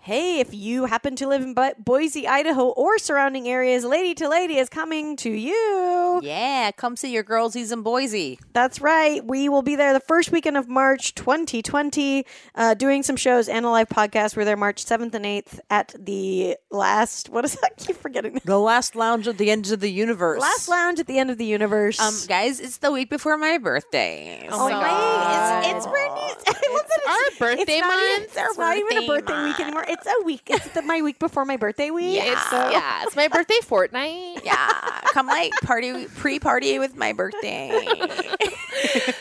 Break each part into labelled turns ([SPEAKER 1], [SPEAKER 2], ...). [SPEAKER 1] Hey, if you happen to live in Bo- Boise, Idaho, or surrounding areas, Lady to Lady is coming to you.
[SPEAKER 2] Yeah, come see your girlsies in Boise.
[SPEAKER 1] That's right. We will be there the first weekend of March 2020, uh, doing some shows and a live podcast. We're there March 7th and 8th at the last, what is that? I keep forgetting.
[SPEAKER 2] The last lounge at the end of the universe.
[SPEAKER 1] Last Lounge at the end of the universe.
[SPEAKER 2] Um, guys, it's the week before my birthday.
[SPEAKER 1] Oh my god! It's, it's Brittany's. It's,
[SPEAKER 3] our birthday
[SPEAKER 1] it's not Even,
[SPEAKER 3] month.
[SPEAKER 1] it's not even a birthday week anymore. It's a week. It's the, my week before my birthday week.
[SPEAKER 3] Yeah, it's,
[SPEAKER 1] so-
[SPEAKER 3] yeah, it's my birthday fortnight.
[SPEAKER 2] yeah, come like party pre-party with my birthday.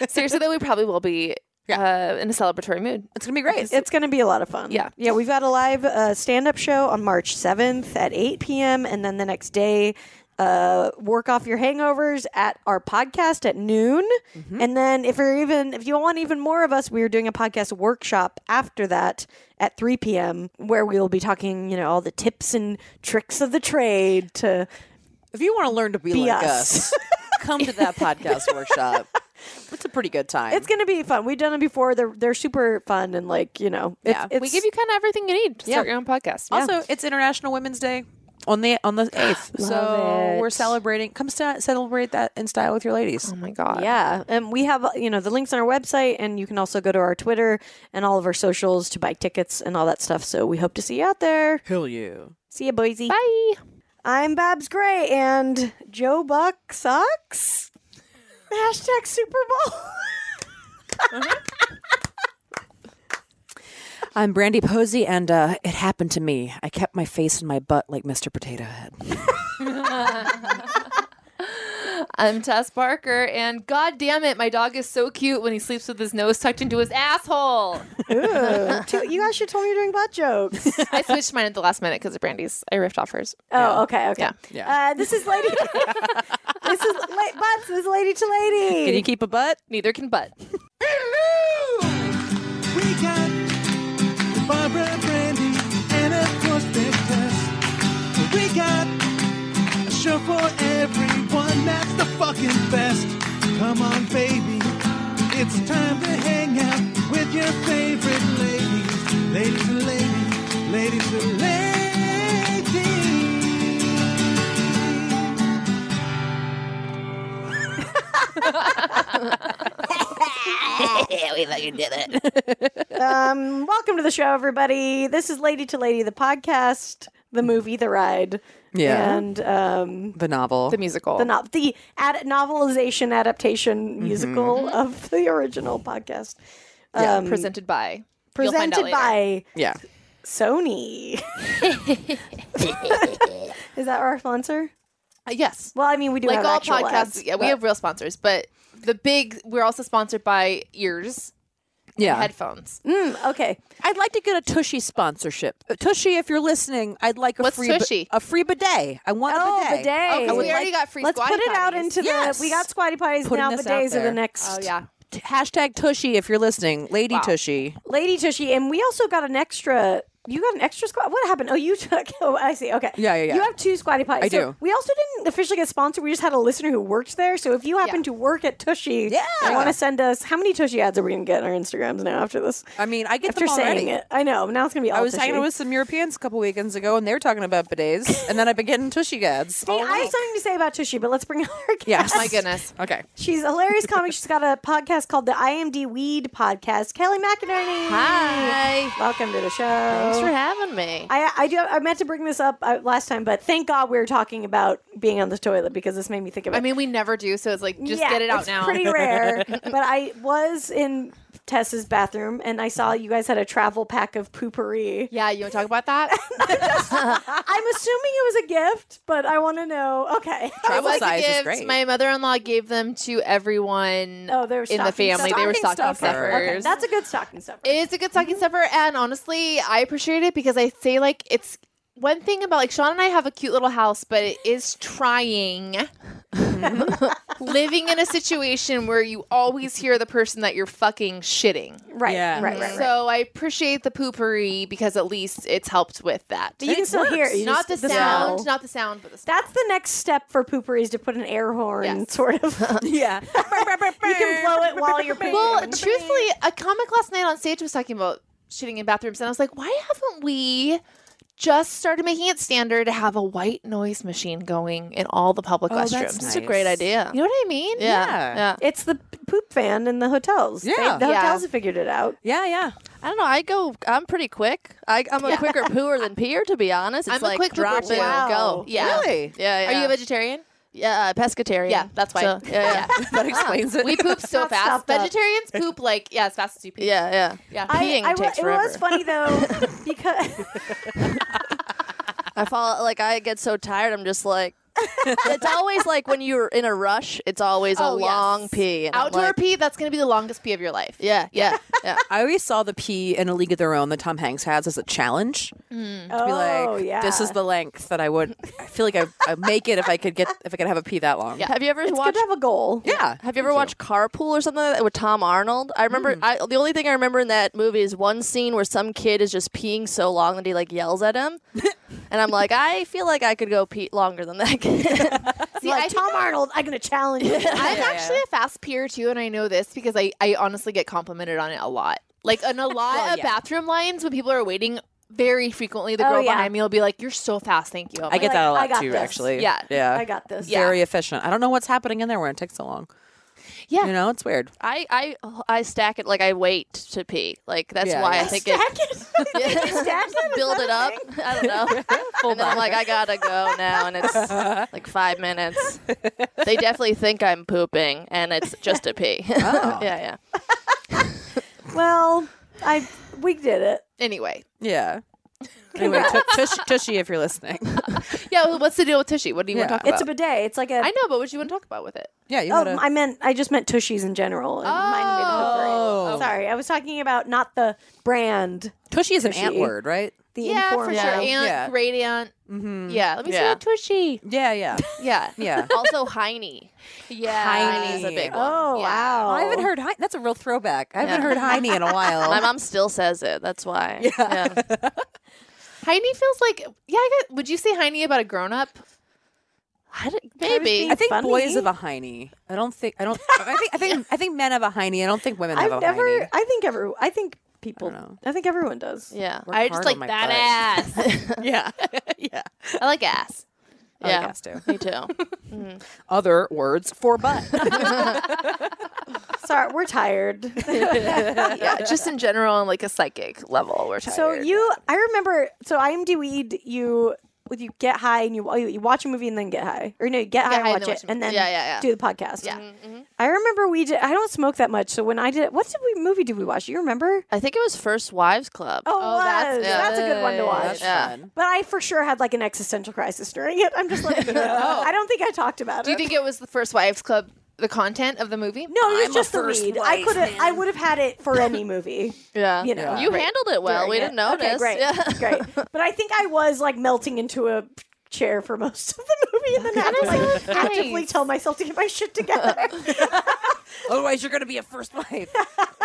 [SPEAKER 3] Seriously, though, we probably will be uh, in a celebratory mood.
[SPEAKER 2] It's gonna be great.
[SPEAKER 1] It's going to be a lot of fun.
[SPEAKER 3] Yeah.
[SPEAKER 1] Yeah. We've got a live uh, stand up show on March 7th at 8 p.m. And then the next day, uh, work off your hangovers at our podcast at noon. And then if you're even, if you want even more of us, we're doing a podcast workshop after that at 3 p.m. where we'll be talking, you know, all the tips and tricks of the trade to
[SPEAKER 2] if you want to learn to be,
[SPEAKER 1] be
[SPEAKER 2] like
[SPEAKER 1] us.
[SPEAKER 2] us, come to that podcast workshop. It's a pretty good time.
[SPEAKER 1] It's going to be fun. We've done it before. They're, they're super fun and like, you know, it's,
[SPEAKER 2] Yeah.
[SPEAKER 1] it's,
[SPEAKER 3] We give you kind of everything you need to
[SPEAKER 2] Yeah.
[SPEAKER 3] start your own podcast.
[SPEAKER 2] also it's International Women's Day on the on the eighth. so we're celebrating. Come st- celebrate that in style with your ladies.
[SPEAKER 3] oh my god.
[SPEAKER 1] Yeah, and we have uh, you know the links on our website, and you can also go to our Twitter and all of our socials to buy tickets and all that stuff. So we hope to see you out there.
[SPEAKER 2] Kill you.
[SPEAKER 1] See you, Boise.
[SPEAKER 3] Bye.
[SPEAKER 1] I'm Babs Gray, and Joe Buck sucks. Hashtag Super Bowl.
[SPEAKER 2] I'm Brandy Posey, and uh, it happened to me. I kept my face in my butt like Mr. Potato Head.
[SPEAKER 3] I'm Tess Barker, and god damn it, my dog is so cute when he sleeps with his nose tucked into his asshole.
[SPEAKER 1] Ooh, two- you guys should tell me you're doing butt jokes.
[SPEAKER 3] I switched mine at the last minute because of Brandy's. I riffed off hers.
[SPEAKER 1] Oh, okay, okay.
[SPEAKER 3] Yeah.
[SPEAKER 1] Uh, this is lady. this is la- butts. This is lady to lady.
[SPEAKER 2] Can you keep a butt?
[SPEAKER 3] Neither can butt.
[SPEAKER 4] We got Barbara Brandy and of course Big Tess. We got a show for everyone that's the fucking best. Come on, baby. It's time to hang out with your favorite ladies. Ladies and ladies, ladies and ladies.
[SPEAKER 1] um, welcome to the show, everybody. This is Lady to Lady, the podcast, the movie, the ride,
[SPEAKER 2] Yeah.
[SPEAKER 1] and um,
[SPEAKER 2] The novel.
[SPEAKER 3] The musical.
[SPEAKER 1] the no- the ad- novelization adaptation
[SPEAKER 3] Mm-hmm.
[SPEAKER 1] musical of the original podcast. um,
[SPEAKER 3] Yeah, presented by. You'll find out
[SPEAKER 1] Presented by
[SPEAKER 2] yeah.
[SPEAKER 1] Sony. is that our sponsor?
[SPEAKER 3] later. Uh, yes.
[SPEAKER 1] Well, I mean, we do
[SPEAKER 3] like
[SPEAKER 1] have
[SPEAKER 3] all
[SPEAKER 1] actual
[SPEAKER 3] podcasts,
[SPEAKER 1] ads,
[SPEAKER 3] yeah, we
[SPEAKER 1] but-
[SPEAKER 3] have real sponsors, but the big we're also sponsored by ears,
[SPEAKER 2] Yeah.
[SPEAKER 3] headphones.
[SPEAKER 1] Mm, okay.
[SPEAKER 2] I'd like to get a Tushy sponsorship. Uh, Tushy, if you're listening, I'd like a
[SPEAKER 3] What's
[SPEAKER 2] free
[SPEAKER 3] Tushy?
[SPEAKER 2] a free bidet. I want
[SPEAKER 1] Oh,
[SPEAKER 2] a bidet.
[SPEAKER 1] bidet.
[SPEAKER 3] Oh, 'cause
[SPEAKER 2] I would
[SPEAKER 3] we already
[SPEAKER 2] like-
[SPEAKER 3] got free
[SPEAKER 1] Let's
[SPEAKER 3] squatty
[SPEAKER 1] put it out
[SPEAKER 3] potties.
[SPEAKER 1] into
[SPEAKER 2] Yes.
[SPEAKER 1] the. We got squatty potties
[SPEAKER 2] Putting
[SPEAKER 1] now.
[SPEAKER 2] this out
[SPEAKER 1] Bidets are the
[SPEAKER 2] there.
[SPEAKER 1] next.
[SPEAKER 3] Oh yeah.
[SPEAKER 2] T- Hashtag Tushy if you're listening, Lady
[SPEAKER 3] Wow.
[SPEAKER 2] Tushy.
[SPEAKER 1] Lady Tushy, and we also got an extra. You got an extra squat. What happened? Oh, you took. Oh, I see. Okay.
[SPEAKER 2] Yeah, yeah, yeah.
[SPEAKER 1] You have two squatty potties.
[SPEAKER 2] I
[SPEAKER 1] So
[SPEAKER 2] do.
[SPEAKER 1] We also didn't officially get sponsored. We just had a listener who worked there. So if you happen
[SPEAKER 3] Yeah.
[SPEAKER 1] to work at Tushy,
[SPEAKER 2] Yeah.
[SPEAKER 1] and want to send us how many Tushy ads are we gonna get on our Instagrams now after this?
[SPEAKER 2] I mean, I get
[SPEAKER 1] after
[SPEAKER 2] them already.
[SPEAKER 1] saying it, I know. Now it's gonna be all
[SPEAKER 2] I was
[SPEAKER 1] Tushy.
[SPEAKER 2] hanging with some Europeans a couple weekends ago, and they were talking about bidets, and then I've been getting Tushy ads.
[SPEAKER 1] Hey, I have something to say about Tushy, but let's bring out our guest.
[SPEAKER 2] Yes.
[SPEAKER 3] My goodness.
[SPEAKER 2] Okay.
[SPEAKER 1] She's a hilarious comic. She's got a podcast called the IMD Weed Podcast. Kelly McInerney.
[SPEAKER 3] Hi.
[SPEAKER 1] Welcome to the show.
[SPEAKER 3] Thanks for having me.
[SPEAKER 1] Oh. I, I do. I meant to bring this up uh, last time, but thank God we were talking about being on the toilet because this made me think of it.
[SPEAKER 3] I mean, we never do, so it's like just
[SPEAKER 1] Yeah,
[SPEAKER 3] get it out
[SPEAKER 1] it's
[SPEAKER 3] now.
[SPEAKER 1] Pretty rare, but I was in Tess's bathroom, and I saw you guys had a travel pack of poopery.
[SPEAKER 3] Yeah, you want to talk about that?
[SPEAKER 1] I'm assuming it was a gift, but I want to know. Okay.
[SPEAKER 3] It
[SPEAKER 2] Travel
[SPEAKER 3] was a
[SPEAKER 2] size is
[SPEAKER 3] gift.
[SPEAKER 2] great.
[SPEAKER 3] My mother-in-law gave them to everyone
[SPEAKER 1] Oh, they were
[SPEAKER 3] in the
[SPEAKER 1] stocking
[SPEAKER 3] family. They were
[SPEAKER 2] stuffers. Stocking
[SPEAKER 3] stocking stuffers.
[SPEAKER 2] stuffer.
[SPEAKER 1] Okay, that's a good stocking stuffer.
[SPEAKER 3] It's a good stocking stuffer, and honestly, I appreciate it because I say like it's one thing about like Sean and I have a cute little house, but it is trying living in a situation where you always hear the person that you're fucking shitting.
[SPEAKER 1] right,
[SPEAKER 2] Yeah.
[SPEAKER 1] right, right, right.
[SPEAKER 3] So I appreciate the poopery because at least it's helped with that.
[SPEAKER 1] But you can still hear it. You
[SPEAKER 3] not
[SPEAKER 1] just-
[SPEAKER 3] the, sound,
[SPEAKER 1] smell.
[SPEAKER 3] not the sound, but the smell.
[SPEAKER 1] That's the next step for poopery is to put an air horn,
[SPEAKER 3] Yes.
[SPEAKER 1] sort of.
[SPEAKER 2] Yeah.
[SPEAKER 1] you can blow it while you're pooping.
[SPEAKER 3] Well, truthfully, a comic last night on stage was talking about shitting in bathrooms, and I was like, why haven't we just started making it standard to have a white noise machine going in all the public
[SPEAKER 2] Oh, that's
[SPEAKER 3] restrooms?
[SPEAKER 2] That's a great nice. idea.
[SPEAKER 3] You know what I mean?
[SPEAKER 2] Yeah.
[SPEAKER 3] Yeah.
[SPEAKER 1] it's the p- poop van in the hotels. They-
[SPEAKER 2] Yeah.
[SPEAKER 1] the
[SPEAKER 3] Yeah.
[SPEAKER 1] hotels have figured it out.
[SPEAKER 2] Yeah, yeah.
[SPEAKER 5] I don't know. I go. I'm pretty quick. I, I'm a quicker pooer than peer, to be honest. It's
[SPEAKER 3] I'm a
[SPEAKER 5] like
[SPEAKER 3] quick pooper
[SPEAKER 5] drop
[SPEAKER 3] too.
[SPEAKER 5] in
[SPEAKER 3] Wow.
[SPEAKER 5] and go.
[SPEAKER 3] Yeah.
[SPEAKER 2] Really?
[SPEAKER 5] Yeah, yeah.
[SPEAKER 3] Are you a vegetarian?
[SPEAKER 5] yeah, pescatarian.
[SPEAKER 3] Yeah, that's why.
[SPEAKER 5] So, yeah, yeah.
[SPEAKER 2] That explains it.
[SPEAKER 3] We poop so
[SPEAKER 1] Not
[SPEAKER 3] fast.
[SPEAKER 1] stopped up.
[SPEAKER 3] Vegetarians poop like yeah, as fast as you pee.
[SPEAKER 5] yeah, yeah.
[SPEAKER 3] Yeah.
[SPEAKER 5] Peeing
[SPEAKER 1] I, I, wa-
[SPEAKER 5] takes
[SPEAKER 1] it
[SPEAKER 5] forever.
[SPEAKER 1] was funny though because
[SPEAKER 5] I fall like I get so tired. I'm just like, it's always like when you're in a rush. It's always a
[SPEAKER 3] Oh, yes.
[SPEAKER 5] long pee. and I'm
[SPEAKER 3] Outdoor
[SPEAKER 5] like-
[SPEAKER 3] pee, that's gonna be the longest pee of your life.
[SPEAKER 5] Yeah, yeah, yeah.
[SPEAKER 2] I always saw the pee in A League of Their Own that Tom Hanks has as a challenge.
[SPEAKER 1] oh
[SPEAKER 2] Be like,
[SPEAKER 1] yeah,
[SPEAKER 2] this is the length that I would. I feel like I I'd make it if I could get if I could have a pee that long.
[SPEAKER 3] Yeah.
[SPEAKER 5] Have you ever
[SPEAKER 1] it's good
[SPEAKER 5] watched?
[SPEAKER 1] to have a goal.
[SPEAKER 2] Yeah.
[SPEAKER 5] Have you ever watched Carpool or something like that with Tom Arnold? I remember I, the only thing I remember in that movie is one scene where some kid is just peeing so long that he like yells at him, and I'm like, I feel like I could go pee longer than that kid.
[SPEAKER 3] See,
[SPEAKER 1] like
[SPEAKER 3] I
[SPEAKER 1] Tom Arnold, I'm gonna challenge you.
[SPEAKER 3] I'm actually a fast peer too, and I know this because I, I honestly get complimented on it a lot. Like in a lot of
[SPEAKER 2] yeah.
[SPEAKER 3] bathroom lines when people are waiting very frequently, the
[SPEAKER 1] Oh,
[SPEAKER 3] girl
[SPEAKER 1] yeah.
[SPEAKER 3] behind me will be like, You're so fast, thank you. I'm
[SPEAKER 2] I get
[SPEAKER 3] like,
[SPEAKER 2] that a
[SPEAKER 1] I
[SPEAKER 2] lot
[SPEAKER 1] got
[SPEAKER 2] too,
[SPEAKER 1] this.
[SPEAKER 2] actually.
[SPEAKER 3] Yeah.
[SPEAKER 2] Yeah.
[SPEAKER 1] I got this.
[SPEAKER 3] Yeah.
[SPEAKER 2] Very efficient. I don't know what's happening in there when it takes so long.
[SPEAKER 3] Yeah.
[SPEAKER 2] You know, it's weird.
[SPEAKER 5] I, I I stack it like I wait to pee. Like that's
[SPEAKER 2] Yeah,
[SPEAKER 5] why
[SPEAKER 2] yeah.
[SPEAKER 5] I think it
[SPEAKER 1] Stack it. Stack it? Is
[SPEAKER 5] build
[SPEAKER 1] that
[SPEAKER 5] it
[SPEAKER 1] a
[SPEAKER 5] up.
[SPEAKER 1] thing?
[SPEAKER 5] I don't know. and then I'm like, I gotta go now, and it's like five minutes. They definitely think I'm pooping, and it's just a pee. yeah, yeah.
[SPEAKER 1] Well, I we did it.
[SPEAKER 3] Anyway.
[SPEAKER 2] Yeah. Anyway, t- tush, Tushy, if you're listening.
[SPEAKER 3] Yeah, well, what's the deal with Tushy? What do you want
[SPEAKER 2] Yeah.
[SPEAKER 3] to talk
[SPEAKER 1] It's
[SPEAKER 3] about?
[SPEAKER 1] a bidet. It's like a.
[SPEAKER 3] I know, but what do you want to talk about with it?
[SPEAKER 2] Yeah, you
[SPEAKER 1] Oh,
[SPEAKER 2] had a
[SPEAKER 1] I meant I just meant tushies in general. It reminded me of the
[SPEAKER 2] Oh.
[SPEAKER 1] Hooper. Sorry, I was talking about not the brand.
[SPEAKER 2] Tushy is an
[SPEAKER 1] Tushy.
[SPEAKER 2] ant word, right?
[SPEAKER 1] The
[SPEAKER 3] Yeah, for
[SPEAKER 1] informal.
[SPEAKER 3] sure. Aunt,
[SPEAKER 2] Yeah.
[SPEAKER 3] great aunt.
[SPEAKER 2] Mm-hmm.
[SPEAKER 3] Yeah, let me see
[SPEAKER 5] Yeah.
[SPEAKER 3] that Tushy.
[SPEAKER 2] Yeah, yeah,
[SPEAKER 3] Yeah.
[SPEAKER 2] yeah.
[SPEAKER 5] Also, Heiny.
[SPEAKER 3] Yeah.
[SPEAKER 2] Heiny.
[SPEAKER 5] Heiny's a big one.
[SPEAKER 1] Oh
[SPEAKER 3] Yeah.
[SPEAKER 1] wow!
[SPEAKER 2] I haven't heard. Heine- That's a real throwback. I haven't
[SPEAKER 5] Yeah.
[SPEAKER 2] heard Heine in a while.
[SPEAKER 5] My mom still says it. That's why. Yeah.
[SPEAKER 3] Heiny feels like, yeah, I guess, would you say Heiny about a grown up?
[SPEAKER 5] I don't- maybe.
[SPEAKER 2] I think
[SPEAKER 1] funny.
[SPEAKER 2] boys have a Heine. I don't think. I don't. I think. I think. I think men have a Heine. I don't think women have
[SPEAKER 1] I've
[SPEAKER 2] a
[SPEAKER 1] never.
[SPEAKER 2] Heine.
[SPEAKER 1] I think every. I think people.
[SPEAKER 2] don't know.
[SPEAKER 1] I, think everyone does.
[SPEAKER 5] Yeah.
[SPEAKER 2] Work
[SPEAKER 3] I
[SPEAKER 2] hard
[SPEAKER 3] just
[SPEAKER 2] on
[SPEAKER 3] like
[SPEAKER 2] my
[SPEAKER 3] that ass.
[SPEAKER 2] Yeah, yeah.
[SPEAKER 3] I like ass.
[SPEAKER 2] I
[SPEAKER 5] Yeah.
[SPEAKER 2] guess too.
[SPEAKER 5] Me too.
[SPEAKER 2] Mm-hmm. Other words for butt.
[SPEAKER 1] Sorry, we're tired.
[SPEAKER 5] yeah. Just in general, on like a psychic level, we're tired.
[SPEAKER 1] so you, I remember. So IMDb, you you get high and you you watch a movie and then get high, or no, you get, high,
[SPEAKER 3] high
[SPEAKER 1] and
[SPEAKER 3] and
[SPEAKER 1] watch
[SPEAKER 3] then
[SPEAKER 1] it,
[SPEAKER 3] watch a
[SPEAKER 1] and
[SPEAKER 3] movie.
[SPEAKER 1] then
[SPEAKER 3] Yeah, yeah, yeah.
[SPEAKER 1] do the podcast.
[SPEAKER 3] Yeah.
[SPEAKER 1] I remember we did. I don't smoke that much, so when I did, what did we movie did we watch? Do You remember?
[SPEAKER 5] I think it was First Wives Club.
[SPEAKER 1] Oh, it was.
[SPEAKER 3] that's
[SPEAKER 1] that's, a good one to
[SPEAKER 3] good.
[SPEAKER 1] watch.
[SPEAKER 2] That's
[SPEAKER 5] Yeah.
[SPEAKER 2] fun.
[SPEAKER 1] But I for sure had like an existential crisis during it. I'm just like, you know. I don't think I talked about
[SPEAKER 3] Do
[SPEAKER 1] it.
[SPEAKER 3] you think it was the First Wives Club, the content of the movie?
[SPEAKER 1] no, it was just the weed. I could have. I would have had it for any movie.
[SPEAKER 5] Yeah.
[SPEAKER 1] You know,
[SPEAKER 5] You
[SPEAKER 1] right.
[SPEAKER 5] handled it well.
[SPEAKER 1] during
[SPEAKER 5] We
[SPEAKER 1] it.
[SPEAKER 5] didn't notice.
[SPEAKER 1] Okay, great,
[SPEAKER 5] Yeah.
[SPEAKER 1] great. But I think I was like melting into a chair for most of the movie, and then had to like actively tell myself to get my shit together.
[SPEAKER 2] Otherwise, you're gonna be a first wife.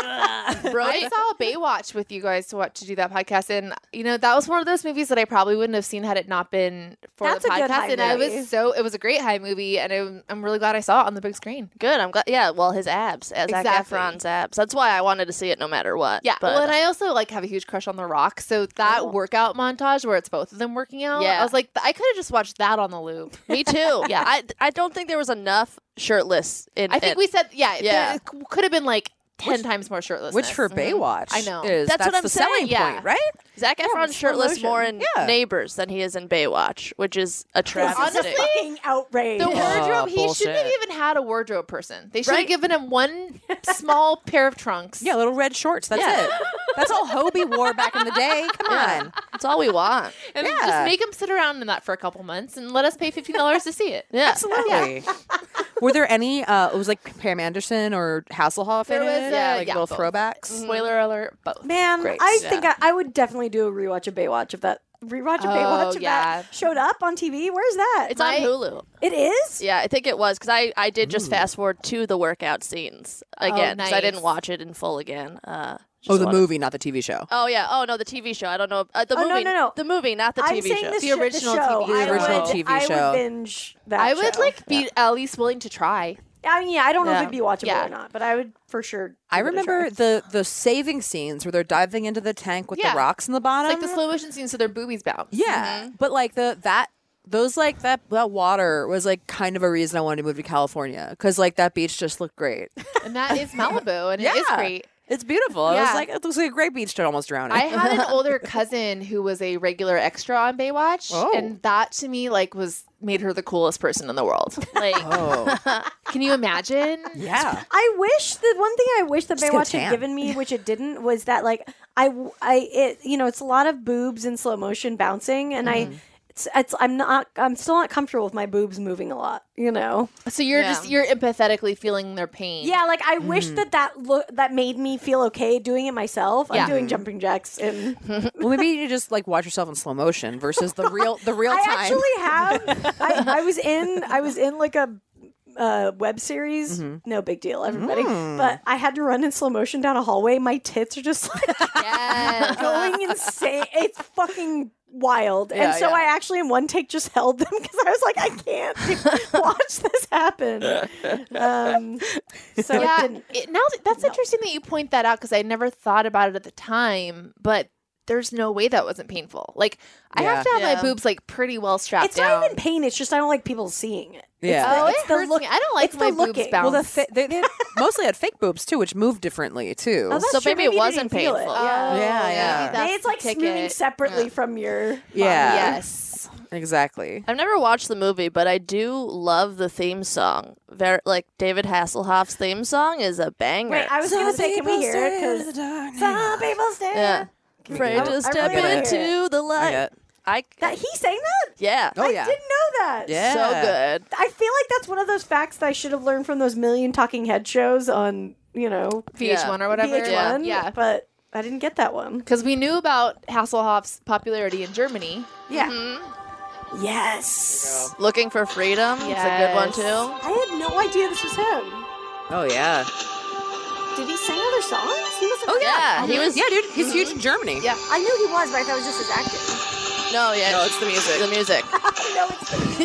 [SPEAKER 3] I saw Baywatch with you guys to watch to do that podcast, and you know that was one of those movies that I probably wouldn't have seen had it not been for
[SPEAKER 1] That's
[SPEAKER 3] the
[SPEAKER 1] a good
[SPEAKER 3] podcast.
[SPEAKER 1] high
[SPEAKER 3] and I
[SPEAKER 1] movie.
[SPEAKER 3] was so it was a great high movie, and I'm, I'm really glad I saw it on the big screen.
[SPEAKER 5] Good. I'm glad. Yeah. Well, his abs, Zac
[SPEAKER 3] Exactly.
[SPEAKER 5] Efron's abs. That's why I wanted to see it no matter what.
[SPEAKER 3] Yeah,
[SPEAKER 5] But
[SPEAKER 3] well, and I also like have a huge crush on The Rock, so that workout montage where it's both of them working out,
[SPEAKER 5] Oh. Yeah.
[SPEAKER 3] I was like, I could have just watched that on the loop.
[SPEAKER 5] me too. yeah. I I don't think there was enough shirtless in.
[SPEAKER 3] I think
[SPEAKER 5] it.
[SPEAKER 3] we said, yeah,
[SPEAKER 5] Yeah.
[SPEAKER 3] yeah. could have been like ten times more shirtless.
[SPEAKER 2] Which for Baywatch,
[SPEAKER 3] I know.
[SPEAKER 2] is
[SPEAKER 5] That's what I'm
[SPEAKER 2] the
[SPEAKER 5] saying,
[SPEAKER 2] selling
[SPEAKER 3] yeah.
[SPEAKER 2] point, right?
[SPEAKER 5] Zach Efron's
[SPEAKER 1] with slow
[SPEAKER 5] shirtless
[SPEAKER 1] motion.
[SPEAKER 5] more in
[SPEAKER 2] Yeah.
[SPEAKER 5] Neighbors than he is in Baywatch, which is a travesty.
[SPEAKER 3] Honestly,
[SPEAKER 1] fucking outrage.
[SPEAKER 3] the
[SPEAKER 2] Yeah.
[SPEAKER 3] wardrobe. He shouldn't have
[SPEAKER 2] bullshit.
[SPEAKER 3] even had a wardrobe person. They should have
[SPEAKER 5] Right?
[SPEAKER 3] given him one small pair of trunks.
[SPEAKER 2] Yeah, little red shorts. That's
[SPEAKER 5] Yeah.
[SPEAKER 2] it. That's all Hobie wore back in the day. Come on.
[SPEAKER 5] That's all we want.
[SPEAKER 3] and then
[SPEAKER 2] yeah.
[SPEAKER 3] just make him sit around in that for a couple months and let us pay fifteen dollars to see it.
[SPEAKER 5] Yeah.
[SPEAKER 2] Absolutely. Were there any? Uh, it was like Pam Anderson or Hasselhoff
[SPEAKER 3] There
[SPEAKER 2] in
[SPEAKER 3] was,
[SPEAKER 2] it.
[SPEAKER 3] uh,
[SPEAKER 2] like
[SPEAKER 3] yeah,
[SPEAKER 2] little
[SPEAKER 3] both.
[SPEAKER 2] throwbacks.
[SPEAKER 3] Spoiler alert, both.
[SPEAKER 1] Man,
[SPEAKER 3] Great.
[SPEAKER 1] I
[SPEAKER 3] Yeah.
[SPEAKER 1] think I, I would definitely do a rewatch of Baywatch if that rewatch of
[SPEAKER 3] Oh,
[SPEAKER 1] Baywatch if
[SPEAKER 3] yeah.
[SPEAKER 1] that showed up on TV. Where's that?
[SPEAKER 5] It's
[SPEAKER 3] My-
[SPEAKER 5] on Hulu.
[SPEAKER 1] it is.
[SPEAKER 5] Yeah, I think it was because I, I did just fast forward to the workout scenes again because I didn't
[SPEAKER 3] Oh, nice.
[SPEAKER 5] watch it in full again. Uh,
[SPEAKER 2] Oh,
[SPEAKER 5] just
[SPEAKER 2] the
[SPEAKER 5] wanted-
[SPEAKER 2] movie, not the TV show.
[SPEAKER 5] Oh yeah. Oh no, the TV show. I don't know. Uh, the
[SPEAKER 1] Oh, no,
[SPEAKER 5] movie.
[SPEAKER 1] no, no.
[SPEAKER 5] The movie, not the
[SPEAKER 1] I'm
[SPEAKER 5] TV
[SPEAKER 1] saying
[SPEAKER 5] show.
[SPEAKER 1] the, sh-
[SPEAKER 3] original
[SPEAKER 1] show.
[SPEAKER 3] TV
[SPEAKER 1] I
[SPEAKER 3] original
[SPEAKER 1] would-
[SPEAKER 2] TV
[SPEAKER 1] I
[SPEAKER 2] show.
[SPEAKER 1] would binge that.
[SPEAKER 3] I would
[SPEAKER 1] show.
[SPEAKER 3] like be at least willing to try.
[SPEAKER 1] I mean, yeah, I don't know
[SPEAKER 5] Yeah.
[SPEAKER 1] if it'd be watchable
[SPEAKER 3] Yeah.
[SPEAKER 1] or not, but I would for sure.
[SPEAKER 2] I
[SPEAKER 1] give it a
[SPEAKER 2] remember the the saving scenes where they're diving into the tank with
[SPEAKER 3] Yeah.
[SPEAKER 2] the rocks in the bottom.
[SPEAKER 3] It's like the
[SPEAKER 5] Um,
[SPEAKER 3] slow motion scene, so their boobies bounce.
[SPEAKER 2] Yeah, but like the that those like that that water was like kind of a reason I wanted to move to California because like that beach just looked great.
[SPEAKER 3] and that is Malibu, and it is
[SPEAKER 2] Mm-hmm. Yeah.
[SPEAKER 3] great.
[SPEAKER 2] It's beautiful. I was
[SPEAKER 3] Yeah.
[SPEAKER 2] like, it looks like a great beach to almost drown in.
[SPEAKER 3] I had an older cousin who was a regular extra on Baywatch,
[SPEAKER 2] Oh.
[SPEAKER 3] and that to me like was made her the coolest person in the world. Like,
[SPEAKER 2] oh
[SPEAKER 3] can you imagine?
[SPEAKER 2] yeah,
[SPEAKER 1] I wish the one thing I wish that
[SPEAKER 2] Just get a
[SPEAKER 1] Baywatch
[SPEAKER 2] tan.
[SPEAKER 1] had given me, which it didn't, was that like I, w- I, it, you know, it's a lot of boobs in slow motion bouncing, and
[SPEAKER 2] Mm-hmm.
[SPEAKER 1] I, it's, it's, I'm not, I'm still not comfortable with my boobs moving a lot, you know.
[SPEAKER 3] So you're just you're empathetically feeling their pain.
[SPEAKER 1] Yeah, like I wish
[SPEAKER 2] Mm.
[SPEAKER 1] that that look that made me feel okay doing it myself.
[SPEAKER 3] Yeah.
[SPEAKER 1] I'm
[SPEAKER 2] Mm-hmm.
[SPEAKER 1] doing jumping jacks, and
[SPEAKER 2] well maybe you just like watch yourself in slow motion versus the real the real
[SPEAKER 1] I
[SPEAKER 2] time.
[SPEAKER 1] actually have. I, I was in, I was in like a. Uh, web series,
[SPEAKER 3] Mm-hmm.
[SPEAKER 1] no big deal, everybody.
[SPEAKER 3] Mm.
[SPEAKER 1] But I had to run in slow motion down a hallway. My tits are just like
[SPEAKER 3] Yes.
[SPEAKER 1] going insane. It's fucking wild. and so I actually in one take just held them because I was like, I can't do- watch this happen. Um, so it
[SPEAKER 3] yeah.
[SPEAKER 1] didn't.
[SPEAKER 3] It, now that- that's interesting that you point that out because I never thought about it at the time, but there's no way that wasn't painful. Like I have
[SPEAKER 2] Yeah.
[SPEAKER 3] to have
[SPEAKER 5] Yeah.
[SPEAKER 3] my boobs like pretty well strapped
[SPEAKER 1] It's
[SPEAKER 3] down.
[SPEAKER 1] not even pain. It's just I don't like people seeing it.
[SPEAKER 2] Yeah.
[SPEAKER 3] oh,
[SPEAKER 1] It's
[SPEAKER 3] it
[SPEAKER 1] the
[SPEAKER 3] hurts
[SPEAKER 1] look-
[SPEAKER 3] me. I don't like
[SPEAKER 1] it's the
[SPEAKER 3] my boobs
[SPEAKER 1] looking.
[SPEAKER 3] bounce.
[SPEAKER 2] well, the fa- they, they mostly had fake boobs too, which moved differently too.
[SPEAKER 1] Oh, that's
[SPEAKER 5] So
[SPEAKER 1] true.
[SPEAKER 5] maybe it
[SPEAKER 1] you
[SPEAKER 5] wasn't
[SPEAKER 1] didn't feel it.
[SPEAKER 5] painful.
[SPEAKER 3] Oh,
[SPEAKER 2] Yeah, yeah.
[SPEAKER 3] maybe that's
[SPEAKER 1] Maybe it's like
[SPEAKER 3] the ticket.
[SPEAKER 1] moving separately
[SPEAKER 3] Yeah.
[SPEAKER 1] from your.
[SPEAKER 2] yeah,
[SPEAKER 3] Yes.
[SPEAKER 2] exactly.
[SPEAKER 5] I've never watched the movie, but I do love the theme song. Very like David Hasselhoff's theme song is a banger.
[SPEAKER 1] Wait, I was going to say, can we hear it? Because some people stare.
[SPEAKER 5] yeah. Afraid
[SPEAKER 1] I- I
[SPEAKER 5] to step
[SPEAKER 2] really wanna
[SPEAKER 5] into
[SPEAKER 1] hear
[SPEAKER 5] the
[SPEAKER 2] I
[SPEAKER 5] light.
[SPEAKER 2] get-
[SPEAKER 5] I,
[SPEAKER 1] That he sang that?
[SPEAKER 5] yeah.
[SPEAKER 2] Oh yeah,
[SPEAKER 1] I didn't know that.
[SPEAKER 2] yeah,
[SPEAKER 5] So good.
[SPEAKER 1] I feel like that's one of those facts that I should have learned from those million talking head shows on, you know,
[SPEAKER 3] VH1 or whatever. Yeah.
[SPEAKER 1] VH1.
[SPEAKER 3] Yeah.
[SPEAKER 1] But I didn't get that one.
[SPEAKER 3] Because we knew about Hasselhoff's popularity in Germany.
[SPEAKER 1] Yeah. Mm-hmm. Yes.
[SPEAKER 5] Looking for freedom. It's a good one too.
[SPEAKER 1] I had no idea this was him.
[SPEAKER 2] Oh yeah.
[SPEAKER 1] Did he sing other songs? He must have
[SPEAKER 5] Oh yeah, he was.
[SPEAKER 2] Yeah, dude, he's huge in Germany.
[SPEAKER 3] Yeah.
[SPEAKER 1] I knew he was, but I thought it was just his acting.
[SPEAKER 5] No, yeah.
[SPEAKER 2] No, it's the music.
[SPEAKER 5] The music.
[SPEAKER 1] I know it's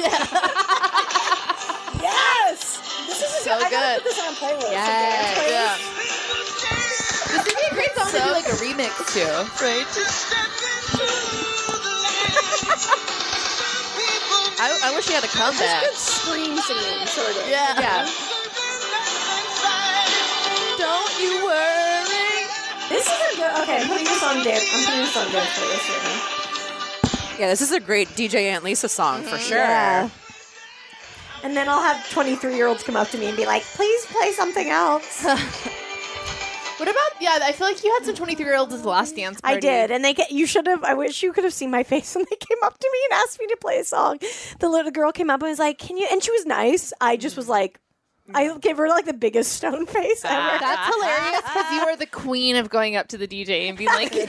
[SPEAKER 1] Yes! This is
[SPEAKER 5] So
[SPEAKER 1] I gotta put
[SPEAKER 5] good.
[SPEAKER 1] this on playlist.
[SPEAKER 3] Yes.
[SPEAKER 1] Okay,
[SPEAKER 5] Yeah.
[SPEAKER 3] This would be a great song to do like a remix to.
[SPEAKER 5] I, I wish he had a comeback.
[SPEAKER 1] Scream singing, sort of.
[SPEAKER 5] Yeah.
[SPEAKER 3] Yeah.
[SPEAKER 5] Don't you worry.
[SPEAKER 1] This is a good. Okay, I'm putting this on dance. I'm putting this on dance playlist right now.
[SPEAKER 2] Yeah, this is a great DJ Aunt Lisa song for sure.
[SPEAKER 1] Yeah. And then I'll have 23 year olds come up to me and be like, please play something else.
[SPEAKER 3] What about, yeah, I feel like you had some 23 year olds as the last dance party.
[SPEAKER 1] I did. And they get, you should have, I wish you could have seen my face when they came up to me and asked me to play a song. The little girl came up and was like, can you, and she was nice. I just was like, I gave her like the biggest stone face ever.
[SPEAKER 3] That's hilarious because you are the queen of going up to the DJ and being like,
[SPEAKER 5] What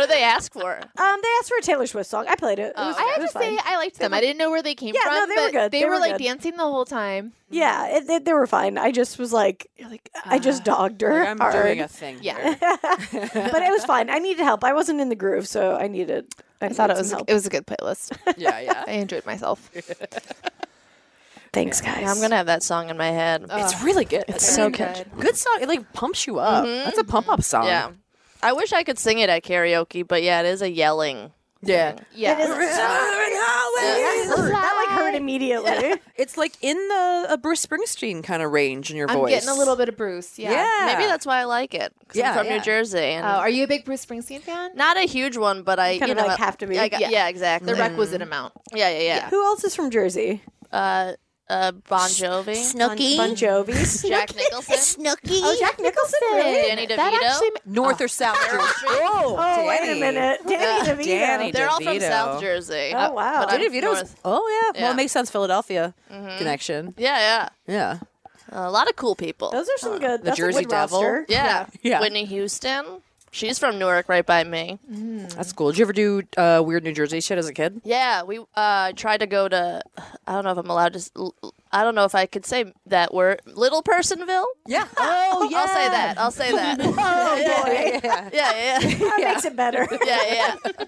[SPEAKER 5] do they ask for?
[SPEAKER 1] Um, they asked for a Taylor Swift song. I played it. it was,
[SPEAKER 3] Oh, I
[SPEAKER 1] it
[SPEAKER 3] have
[SPEAKER 1] was
[SPEAKER 3] to say
[SPEAKER 1] fine.
[SPEAKER 3] I liked them. I didn't know where they came
[SPEAKER 1] Yeah,
[SPEAKER 3] from,
[SPEAKER 1] no, they were
[SPEAKER 3] but
[SPEAKER 1] good.
[SPEAKER 3] they,
[SPEAKER 1] They
[SPEAKER 3] were,
[SPEAKER 1] were
[SPEAKER 3] like
[SPEAKER 1] good.
[SPEAKER 3] dancing the whole time.
[SPEAKER 1] yeah, it, it- they were fine. I just was like, like I just dogged her
[SPEAKER 2] I'm
[SPEAKER 1] hard.
[SPEAKER 2] doing a thing.
[SPEAKER 3] Yeah.
[SPEAKER 2] here.
[SPEAKER 1] but it was fine. I needed help. I wasn't in the groove, so I needed. I,
[SPEAKER 3] I thought
[SPEAKER 1] needed
[SPEAKER 3] it
[SPEAKER 1] some
[SPEAKER 3] was
[SPEAKER 1] help.
[SPEAKER 3] it was a good playlist.
[SPEAKER 2] yeah, yeah.
[SPEAKER 3] I enjoyed myself.
[SPEAKER 1] Thanks, guys.
[SPEAKER 5] Yeah, I'm gonna have that song in my head.
[SPEAKER 2] It's really good. It's
[SPEAKER 1] so
[SPEAKER 3] good.
[SPEAKER 2] good song. It like pumps you up. That's a pump up song.
[SPEAKER 5] yeah. I wish I could sing it at karaoke, but yeah, it is a yelling
[SPEAKER 2] Yeah.
[SPEAKER 3] Yeah.
[SPEAKER 1] It is- That like hurt immediately.
[SPEAKER 2] It's like in the a Bruce Springsteen kind of range in your
[SPEAKER 3] I'm
[SPEAKER 2] voice.
[SPEAKER 3] getting a little bit of Bruce. Yeah.
[SPEAKER 2] Yeah.
[SPEAKER 5] Maybe that's why I like it. 'cause
[SPEAKER 2] Yeah,
[SPEAKER 5] I'm from
[SPEAKER 2] yeah.
[SPEAKER 5] New Jersey.
[SPEAKER 3] Oh,
[SPEAKER 5] And
[SPEAKER 3] are you a big Bruce Springsteen fan?
[SPEAKER 5] not a huge one, but I
[SPEAKER 1] Kind
[SPEAKER 5] you
[SPEAKER 1] of
[SPEAKER 5] know,
[SPEAKER 1] like have to be.
[SPEAKER 5] I got- yeah,
[SPEAKER 3] Yeah.
[SPEAKER 5] exactly.
[SPEAKER 3] The requisite amount.
[SPEAKER 5] Yeah, yeah,
[SPEAKER 1] Who else is from Jersey?
[SPEAKER 5] yeah. Uh, uh, Bon Jovi, E.
[SPEAKER 1] Snooky. Bon, bon Jovi.
[SPEAKER 5] Jack Nicholson,
[SPEAKER 6] Snooky.
[SPEAKER 1] oh, Jack Nicholson.
[SPEAKER 5] E. Danny
[SPEAKER 3] That actually
[SPEAKER 5] DeVito.
[SPEAKER 2] North or South.
[SPEAKER 1] Oh, wait a
[SPEAKER 2] Danny.
[SPEAKER 1] minute. Danny DeVito.
[SPEAKER 2] Danny.
[SPEAKER 5] They're all from
[SPEAKER 2] DeVito.
[SPEAKER 5] South Jersey.
[SPEAKER 1] Oh, wow.
[SPEAKER 5] But I'm
[SPEAKER 2] Danny DeVito's.
[SPEAKER 5] North.
[SPEAKER 2] Oh yeah. Well,
[SPEAKER 5] Yeah.
[SPEAKER 2] it makes sense. Philadelphia connection.
[SPEAKER 5] Yeah,
[SPEAKER 2] Yeah.
[SPEAKER 5] yeah. a lot of cool people.
[SPEAKER 1] Those are some good.
[SPEAKER 2] the
[SPEAKER 1] that's a
[SPEAKER 2] Jersey
[SPEAKER 1] good
[SPEAKER 2] Devil.
[SPEAKER 1] roster.
[SPEAKER 5] yeah.
[SPEAKER 2] Yeah.
[SPEAKER 5] Whitney Houston. She's from Newark, right by me.
[SPEAKER 2] That's cool. Did you ever do uh, weird New Jersey shit as a kid?
[SPEAKER 5] Yeah, we uh, tried to go to. I don't know if I'm allowed to. s- l- l- I don't know if I could say that word. Little Personville.
[SPEAKER 2] Yeah. Oh
[SPEAKER 5] I'll say that. I'll say that.
[SPEAKER 1] Oh boy,
[SPEAKER 2] yeah.
[SPEAKER 5] yeah, yeah,
[SPEAKER 1] that makes it better.
[SPEAKER 5] yeah, yeah.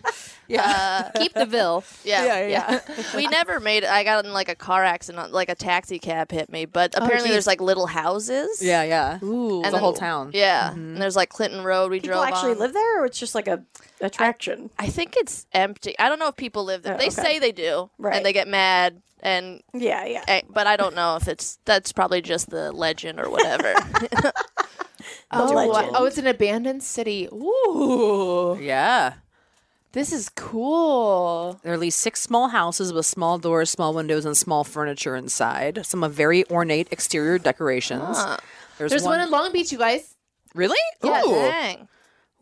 [SPEAKER 2] Yeah. Keep the Ville.
[SPEAKER 5] Yeah, yeah, we never made it. I got in like a car accident, like a taxi cab hit me. But apparently,
[SPEAKER 3] geez.
[SPEAKER 5] there's like little houses.
[SPEAKER 2] Yeah. Yeah. Ooh.
[SPEAKER 5] And
[SPEAKER 2] the
[SPEAKER 5] then-
[SPEAKER 2] whole town.
[SPEAKER 5] yeah. And there's like Clinton Road. We
[SPEAKER 1] Mm-hmm. People
[SPEAKER 5] drove
[SPEAKER 1] actually
[SPEAKER 5] on.
[SPEAKER 1] live there, or it's just like a attraction.
[SPEAKER 5] I think it's empty. I don't know if people live there.
[SPEAKER 1] Oh,
[SPEAKER 5] they
[SPEAKER 1] okay.
[SPEAKER 5] say they do,
[SPEAKER 1] Right.
[SPEAKER 5] and they get mad, and
[SPEAKER 1] yeah, yeah.
[SPEAKER 5] eh, but I don't know if it's that's probably just the legend or whatever.
[SPEAKER 3] Oh, wow.
[SPEAKER 1] legend.
[SPEAKER 3] oh, it's an abandoned city. Ooh.
[SPEAKER 2] Yeah.
[SPEAKER 3] This is cool.
[SPEAKER 2] There are at least six small houses with small doors, small windows, and small furniture inside. Some have very ornate exterior decorations. There's,
[SPEAKER 3] There's
[SPEAKER 2] one.
[SPEAKER 3] one, in Long Beach, you guys.
[SPEAKER 2] really?
[SPEAKER 3] Yeah,
[SPEAKER 2] Ooh.
[SPEAKER 5] Dang.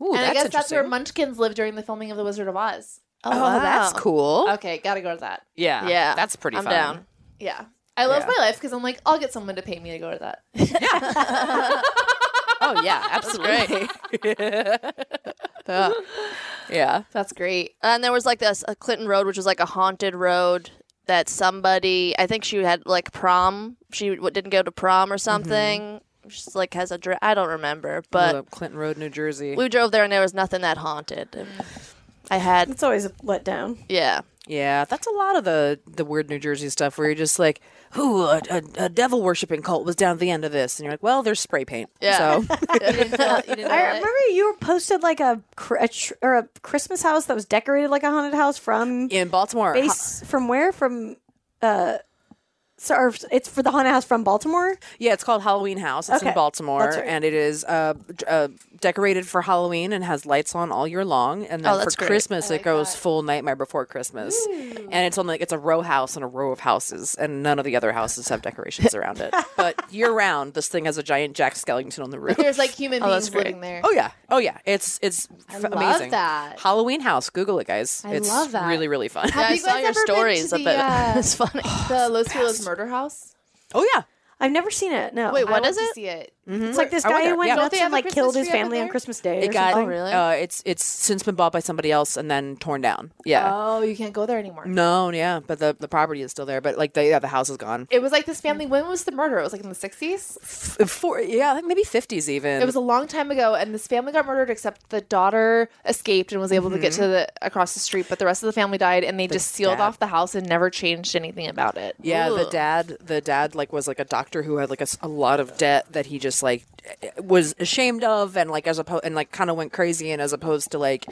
[SPEAKER 2] Ooh,
[SPEAKER 3] and
[SPEAKER 2] that's
[SPEAKER 3] I guess that's
[SPEAKER 2] interesting.
[SPEAKER 3] where Munchkins lived during the filming of The Wizard of Oz.
[SPEAKER 5] Oh,
[SPEAKER 2] Oh, that's cool.
[SPEAKER 3] Okay, gotta go to that.
[SPEAKER 2] yeah.
[SPEAKER 5] Yeah,
[SPEAKER 2] That's pretty
[SPEAKER 5] I'm
[SPEAKER 2] fun.
[SPEAKER 5] down.
[SPEAKER 3] Yeah. I love
[SPEAKER 2] Yeah.
[SPEAKER 3] my life because I'm like, I'll get someone to pay me to go to that.
[SPEAKER 2] Oh, yeah. Absolutely. yeah. yeah.
[SPEAKER 3] That's great.
[SPEAKER 5] And there was like this a Clinton Road, which was like a haunted road that somebody. I think she had like prom. She w- didn't go to prom or
[SPEAKER 1] Mm-hmm.
[SPEAKER 5] something. She's like has a. Dra- I don't remember, but
[SPEAKER 2] Ooh, Clinton Road, New Jersey.
[SPEAKER 5] we drove there and there was nothing that haunted. And I had
[SPEAKER 1] It's always a letdown.
[SPEAKER 5] yeah.
[SPEAKER 2] Yeah, that's a lot of the the weird New Jersey stuff where you're just like, "Ooh, a, a, a devil worshipping cult was down at the end of this," and you're like, "Well, there's spray paint."
[SPEAKER 5] Yeah.
[SPEAKER 2] So
[SPEAKER 1] I remember you posted like a, cr- a tr- or a Christmas house that was decorated like a haunted house from
[SPEAKER 2] in Baltimore,
[SPEAKER 1] base from where from. uh so or it's for the haunted house from Baltimore.
[SPEAKER 2] Yeah, it's called Halloween House. It's
[SPEAKER 1] Okay,
[SPEAKER 2] in Baltimore,
[SPEAKER 1] that's right.
[SPEAKER 2] and it is uh, d- uh, decorated for Halloween and has lights on all year long. And then
[SPEAKER 5] Oh,
[SPEAKER 2] for
[SPEAKER 5] that's great.
[SPEAKER 2] Christmas, it goes full Nightmare Before Christmas, and it's on like it's a row house and a row of houses, and none of the other houses have decorations around it. But year round, this thing has a giant Jack Skellington on the roof.
[SPEAKER 3] There's like human beings
[SPEAKER 5] that's great.
[SPEAKER 3] living there.
[SPEAKER 2] Oh yeah, oh yeah, it's it's f-
[SPEAKER 3] love
[SPEAKER 2] amazing.
[SPEAKER 3] that.
[SPEAKER 2] Halloween House. Google it, guys.
[SPEAKER 3] I
[SPEAKER 2] it's
[SPEAKER 3] love that.
[SPEAKER 2] really really fun.
[SPEAKER 5] Yeah,
[SPEAKER 3] Have
[SPEAKER 5] I
[SPEAKER 3] you
[SPEAKER 5] saw
[SPEAKER 3] guys
[SPEAKER 5] your
[SPEAKER 3] ever been to
[SPEAKER 5] stories
[SPEAKER 3] the,
[SPEAKER 5] of it.
[SPEAKER 3] uh,
[SPEAKER 5] it's funny.
[SPEAKER 3] The Los Feliz murder house.
[SPEAKER 2] oh yeah,
[SPEAKER 1] I've never seen it. No,
[SPEAKER 5] Wait,
[SPEAKER 3] I
[SPEAKER 5] what
[SPEAKER 3] want
[SPEAKER 5] is
[SPEAKER 3] to
[SPEAKER 5] it?
[SPEAKER 3] see it.
[SPEAKER 1] it's like this
[SPEAKER 2] I
[SPEAKER 1] guy
[SPEAKER 2] wonder.
[SPEAKER 1] who went
[SPEAKER 2] Yeah.
[SPEAKER 3] Don't
[SPEAKER 1] nuts
[SPEAKER 3] they have
[SPEAKER 1] and
[SPEAKER 3] a
[SPEAKER 1] like
[SPEAKER 3] Christmas
[SPEAKER 1] killed his
[SPEAKER 3] tree up in
[SPEAKER 1] family on
[SPEAKER 3] there?
[SPEAKER 1] Christmas Day.
[SPEAKER 2] it
[SPEAKER 1] or
[SPEAKER 2] got
[SPEAKER 1] something.
[SPEAKER 5] Oh, really?
[SPEAKER 2] uh, it's it's since been bought by somebody else and then torn down. Yeah.
[SPEAKER 3] Oh, you can't go there anymore.
[SPEAKER 2] No, yeah, but the, the property is still there, but like the yeah, the house is gone.
[SPEAKER 3] It was like this family. When was the murder? It was like in the 60s.
[SPEAKER 2] F- Four, yeah, like maybe fifties even.
[SPEAKER 3] It was a long time ago, and this family got murdered. Except the daughter escaped and was able to get to the across the street, but the rest of the family died, and they just sealed
[SPEAKER 2] dad.
[SPEAKER 3] off the house and never changed anything about it.
[SPEAKER 2] yeah, the dad, the dad like was like a doctor who had like a, s- a lot of debt that he just like was ashamed of, and like as opposed and like kind of went crazy, and as opposed to like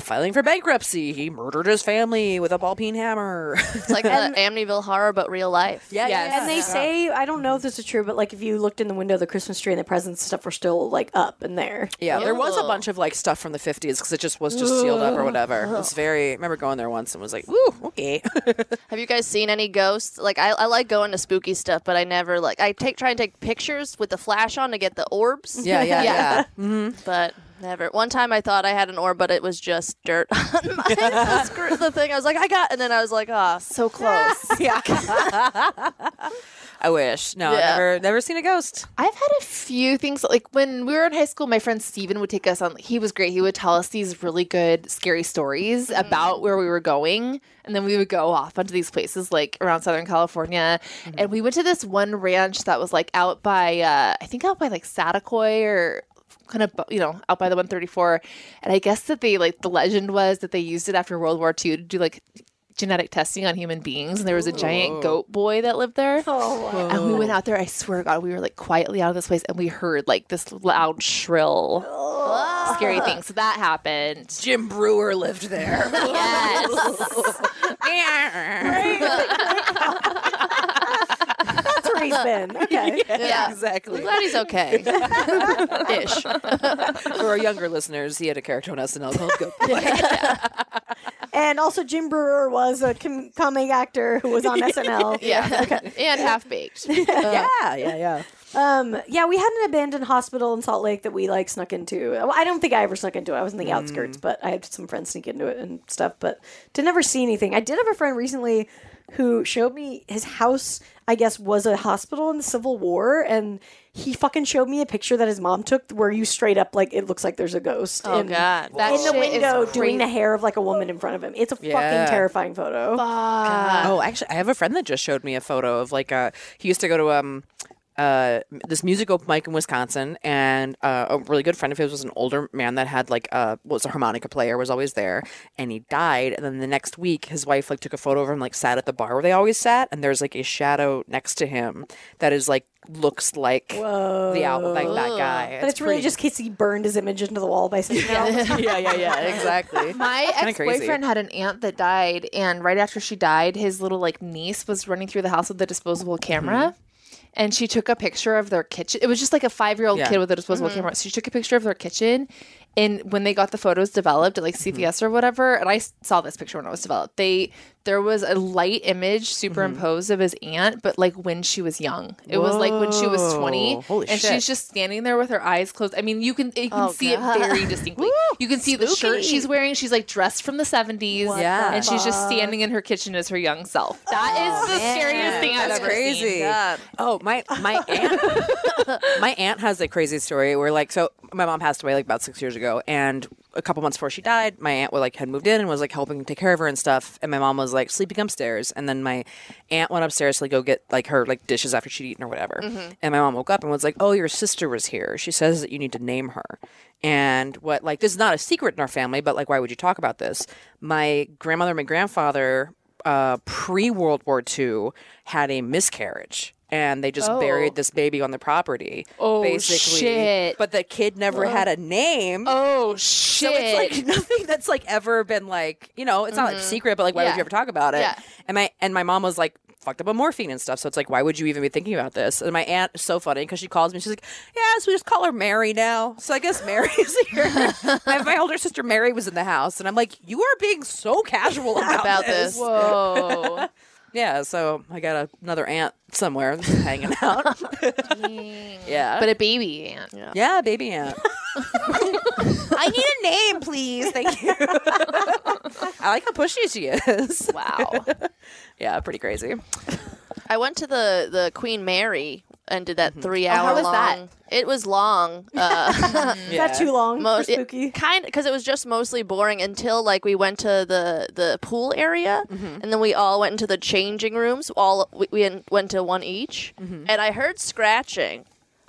[SPEAKER 2] filing for bankruptcy, he murdered his family with a ball peen hammer.
[SPEAKER 5] It's like the Amityville horror, but real life.
[SPEAKER 2] yeah, yeah,
[SPEAKER 1] And they say I don't know if this is true, but like if you looked in the window, the Christmas tree and the presents and stuff were still like up in there.
[SPEAKER 2] Yeah, there was a
[SPEAKER 5] Ew.
[SPEAKER 2] bunch of like stuff from the 50s because it just was just sealed up or whatever. It was very, I remember going there once and was like, ooh, okay.
[SPEAKER 5] Have you guys seen any ghosts? Like I, I like going to spooky stuff, but I never like I take try and take pictures with the flash on to get the orbs.
[SPEAKER 2] yeah, yeah, yeah.
[SPEAKER 5] But never. One time I thought I had an orb, but it was just dirt on my the, screw- the thing. I was like, I got, and then I was like, ah.
[SPEAKER 3] So close.
[SPEAKER 2] I wish. No,
[SPEAKER 5] Yeah.
[SPEAKER 2] never, never seen a ghost.
[SPEAKER 3] I've had a few things like when we were in high school, my friend Steven would take us on he was great. He would tell us these really good scary stories about where we were going. And then we would go off onto these places like around Southern California. And we went to this one ranch that was like out by uh I think out by like Satacoy or kind of you know out by the 134 and i guess that they like the legend was that they used it after world war ii to do like genetic testing on human beings and there was a giant goat boy that lived there and we went out there i swear to god we were like quietly out of this place and we heard like this loud shrill scary thing. So that happened.
[SPEAKER 2] Jim Brewer lived there.
[SPEAKER 3] Yes.
[SPEAKER 1] That's where he's been. Okay.
[SPEAKER 5] Yeah.
[SPEAKER 2] exactly.
[SPEAKER 5] I'm glad he's okay. Ish.
[SPEAKER 2] For our younger listeners, he had a character on SNL called Good Boy.
[SPEAKER 1] And also, Jim Brewer was a com- comic actor who was on SNL.
[SPEAKER 3] yeah. And half baked.
[SPEAKER 2] yeah, yeah, yeah.
[SPEAKER 1] Um, yeah, we had an abandoned hospital in Salt Lake that we like snuck into. Well, I don't think I ever snuck into it. I was in the outskirts, but I had some friends sneak into it and stuff, but didn't ever see anything. I did have a friend recently who showed me his house, I guess, was a hospital in the Civil War. And he fucking showed me a picture that his mom took where you straight up, like, it looks like there's a ghost.
[SPEAKER 5] Oh,
[SPEAKER 1] in,
[SPEAKER 5] God.
[SPEAKER 3] That
[SPEAKER 1] in the
[SPEAKER 3] shit is
[SPEAKER 1] window doing the
[SPEAKER 3] crazy.
[SPEAKER 1] hair of like a woman in front of him. It's a
[SPEAKER 2] Yeah.
[SPEAKER 1] fucking terrifying photo. Uh,
[SPEAKER 2] oh, actually, I have a friend that just showed me a photo of like a. He used to go to um. Uh, this music open mic in Wisconsin, and uh, a really good friend of his was an older man that had like uh, was a harmonica player, was always there, and he died. And then the next week, his wife like took a photo of him, like sat at the bar where they always sat, and there's like a shadow next to him that is like looks like the album, like that guy.
[SPEAKER 1] But it's, really just because he burned his image into the wall by saying,
[SPEAKER 2] pretty- yeah, yeah, yeah, exactly.
[SPEAKER 3] My
[SPEAKER 2] Kinda
[SPEAKER 3] ex
[SPEAKER 2] crazy.
[SPEAKER 3] boyfriend had an aunt that died, and right after she died, his little like niece was running through the house with a disposable camera. And she took a picture of their kitchen. It was just like a five year old
[SPEAKER 2] Mm-hmm. Yeah. Mm-hmm.
[SPEAKER 3] kid with a disposable camera. So she took a picture of their kitchen. And when they got the photos developed
[SPEAKER 2] Mm-hmm.
[SPEAKER 3] at like CVS or whatever, and I s- saw this picture when it was developed, they there was a light image superimposed of his aunt, but like when she was young. It was like when she was twenty,
[SPEAKER 2] Whoa. Holy
[SPEAKER 3] and
[SPEAKER 2] shit.
[SPEAKER 3] she's just standing there with her eyes closed. I mean, you can you can
[SPEAKER 5] Oh,
[SPEAKER 3] see
[SPEAKER 5] God.
[SPEAKER 3] it very distinctly. you can see the shirt she's wearing. She's like dressed from the seventies,
[SPEAKER 2] Yeah.
[SPEAKER 3] and she's just standing in her kitchen as her young self. That is the scariest thing I've
[SPEAKER 2] That's
[SPEAKER 3] ever
[SPEAKER 2] crazy.
[SPEAKER 3] seen.
[SPEAKER 2] Oh, my my aunt my aunt has a crazy story where like so my mom passed away like about six years ago and a couple months before she died, my aunt was like had moved in and was like helping take care of her and stuff. And my mom was like sleeping upstairs. And then my aunt went upstairs to like go get like her like dishes after she'd eaten or whatever. And my mom woke up and was like, Oh, your sister was here. She says that you need to name her. And what like this is not a secret in our family, but like why would you talk about this? My grandmother and my grandfather uh, pre World War II had a miscarriage, and they just buried this baby on the property.
[SPEAKER 3] Oh,
[SPEAKER 2] basically.
[SPEAKER 3] shit.
[SPEAKER 2] But the kid never had a name.
[SPEAKER 3] Oh
[SPEAKER 2] So
[SPEAKER 3] shit! Mm-hmm.
[SPEAKER 2] it's like nothing that's like ever been like you know it's not like secret but like why would
[SPEAKER 3] Yeah.
[SPEAKER 2] you ever talk about it?
[SPEAKER 3] Yeah.
[SPEAKER 2] And my and my mom was like fucked up on morphine and stuff so it's like why would you even be thinking about this? And my aunt is so funny because she calls me she's like yeah so we just call her Mary now so I guess Mary's here. my, my older sister Mary was in the house and I'm like you are being so casual about,
[SPEAKER 5] About
[SPEAKER 2] this.
[SPEAKER 5] this.
[SPEAKER 3] Whoa!
[SPEAKER 2] Yeah, so I got a, another aunt somewhere just hanging out. yeah.
[SPEAKER 3] but a baby aunt.
[SPEAKER 2] yeah, baby aunt. I need a name, please. Thank you. I like how pushy she is.
[SPEAKER 3] Wow.
[SPEAKER 2] Yeah, pretty crazy.
[SPEAKER 5] I went to the the Queen Mary and did that three hour
[SPEAKER 3] was
[SPEAKER 5] long.
[SPEAKER 3] that?
[SPEAKER 5] It was long. Uh,
[SPEAKER 1] Is that too long for spooky?
[SPEAKER 5] kind because it was just mostly boring until like we went to the the pool area
[SPEAKER 1] Mm-hmm.
[SPEAKER 5] and then we all went into the changing rooms. All we, we went to one each,
[SPEAKER 1] Mm-hmm.
[SPEAKER 5] and I heard scratching.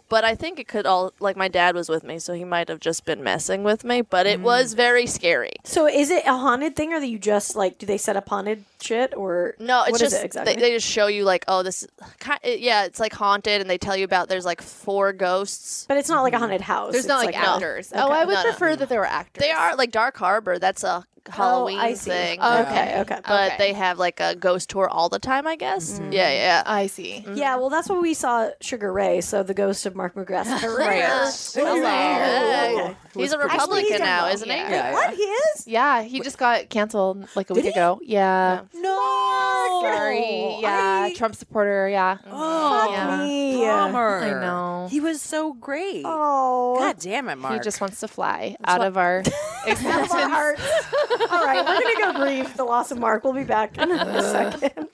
[SPEAKER 5] But I think it could all like my dad was with me, so he might have just been messing with me. But it was
[SPEAKER 1] Mm.
[SPEAKER 5] very scary.
[SPEAKER 1] So is it a haunted thing, or that you just like do they set up haunted shit, or
[SPEAKER 5] No, it's
[SPEAKER 1] what is
[SPEAKER 5] just
[SPEAKER 1] it exactly?
[SPEAKER 5] they, they just show you like, oh, this, ki- it- yeah, it's like haunted, and they tell you about there's like four ghosts.
[SPEAKER 1] but it's not like a haunted house.
[SPEAKER 3] There's not
[SPEAKER 1] It's
[SPEAKER 3] like,
[SPEAKER 1] a-
[SPEAKER 3] actors. Oh, I would
[SPEAKER 5] No, no.
[SPEAKER 3] prefer that there were actors.
[SPEAKER 5] They are like Dark Harbor. That's a Halloween
[SPEAKER 1] oh, I see.
[SPEAKER 5] thing.
[SPEAKER 1] Okay, okay.
[SPEAKER 5] But
[SPEAKER 3] Okay. Mm-hmm.
[SPEAKER 5] they have like a ghost tour all the time, I guess. Yeah, yeah.
[SPEAKER 3] I see.
[SPEAKER 1] yeah, well, that's what we saw Sugar Ray. So the ghost of Mark McGrath.
[SPEAKER 5] Hello. Hey.
[SPEAKER 1] Okay.
[SPEAKER 5] He's a
[SPEAKER 1] pretty
[SPEAKER 5] Republican
[SPEAKER 1] cool.
[SPEAKER 5] now, isn't he?
[SPEAKER 3] Oh. Yeah.
[SPEAKER 2] Yeah,
[SPEAKER 1] What he is?
[SPEAKER 3] Yeah, he just got canceled like a week ago. Yeah.
[SPEAKER 2] No.
[SPEAKER 3] Sorry. Mm. Yeah.
[SPEAKER 2] I-
[SPEAKER 3] Trump supporter. Yeah.
[SPEAKER 2] Oh,
[SPEAKER 3] Yeah.
[SPEAKER 1] Me.
[SPEAKER 2] bummer.
[SPEAKER 3] I know.
[SPEAKER 2] He was so great.
[SPEAKER 1] Oh.
[SPEAKER 2] God damn it, Mark.
[SPEAKER 3] He just wants to fly out of our
[SPEAKER 1] Out of our
[SPEAKER 3] existence.
[SPEAKER 1] hearts. All right, we're gonna go grieve the loss of Mark. We'll be back in a second.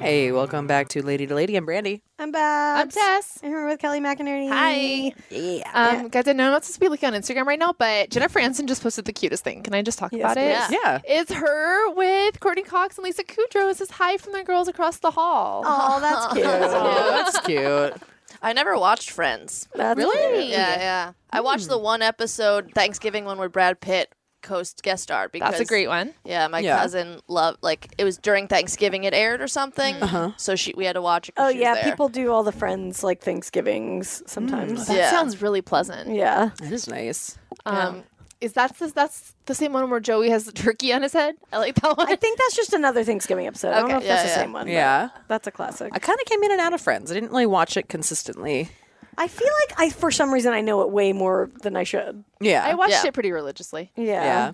[SPEAKER 2] hey, welcome back to Lady to Lady. I'm Brandy.
[SPEAKER 1] I'm back.
[SPEAKER 3] I'm Tess.
[SPEAKER 1] And we're with Kelly McInerney.
[SPEAKER 3] Hi.
[SPEAKER 2] Yeah.
[SPEAKER 3] Um, guys, I know I'm not supposed to be looking on Instagram right now, but Jennifer Aniston just posted the cutest thing. Can I just talk
[SPEAKER 1] Yes,
[SPEAKER 3] about it?
[SPEAKER 5] please.
[SPEAKER 2] Yeah.
[SPEAKER 3] It's her with Courtney Cox and Lisa Kudrow. It says hi from the girls across the hall.
[SPEAKER 1] Oh, that's cute.
[SPEAKER 2] Oh, that's cute.
[SPEAKER 5] I never watched Friends.
[SPEAKER 1] That's really?
[SPEAKER 5] Yeah, yeah. I watched
[SPEAKER 3] Hmm.
[SPEAKER 5] the one episode Thanksgiving one where Brad Pitt host guest starred because
[SPEAKER 3] That's a great one.
[SPEAKER 5] Yeah, my
[SPEAKER 2] Yeah.
[SPEAKER 5] cousin loved like it was during Thanksgiving it aired or something.
[SPEAKER 3] Mm-hmm.
[SPEAKER 5] Uh-huh. So she we had to watch it. 'cause
[SPEAKER 1] Oh
[SPEAKER 5] she was
[SPEAKER 1] yeah,
[SPEAKER 5] there.
[SPEAKER 1] people do all the friends like Thanksgivings sometimes.
[SPEAKER 3] That
[SPEAKER 5] Yeah.
[SPEAKER 3] sounds really pleasant.
[SPEAKER 1] Yeah.
[SPEAKER 2] That is nice.
[SPEAKER 3] Um, is that the, that's the same one where Joey has the turkey on his head? I like that one.
[SPEAKER 1] I think that's just another Thanksgiving episode. I don't
[SPEAKER 5] Okay,
[SPEAKER 1] know if
[SPEAKER 5] yeah,
[SPEAKER 1] that's
[SPEAKER 5] yeah.
[SPEAKER 1] the same one. but
[SPEAKER 2] Yeah.
[SPEAKER 1] That's a classic.
[SPEAKER 2] I kind of came in and out of Friends. I didn't really watch it consistently.
[SPEAKER 1] I feel like I, for some reason, I know it way more than I should.
[SPEAKER 2] Yeah.
[SPEAKER 3] I watched
[SPEAKER 5] Yeah.
[SPEAKER 3] it pretty religiously.
[SPEAKER 1] Yeah.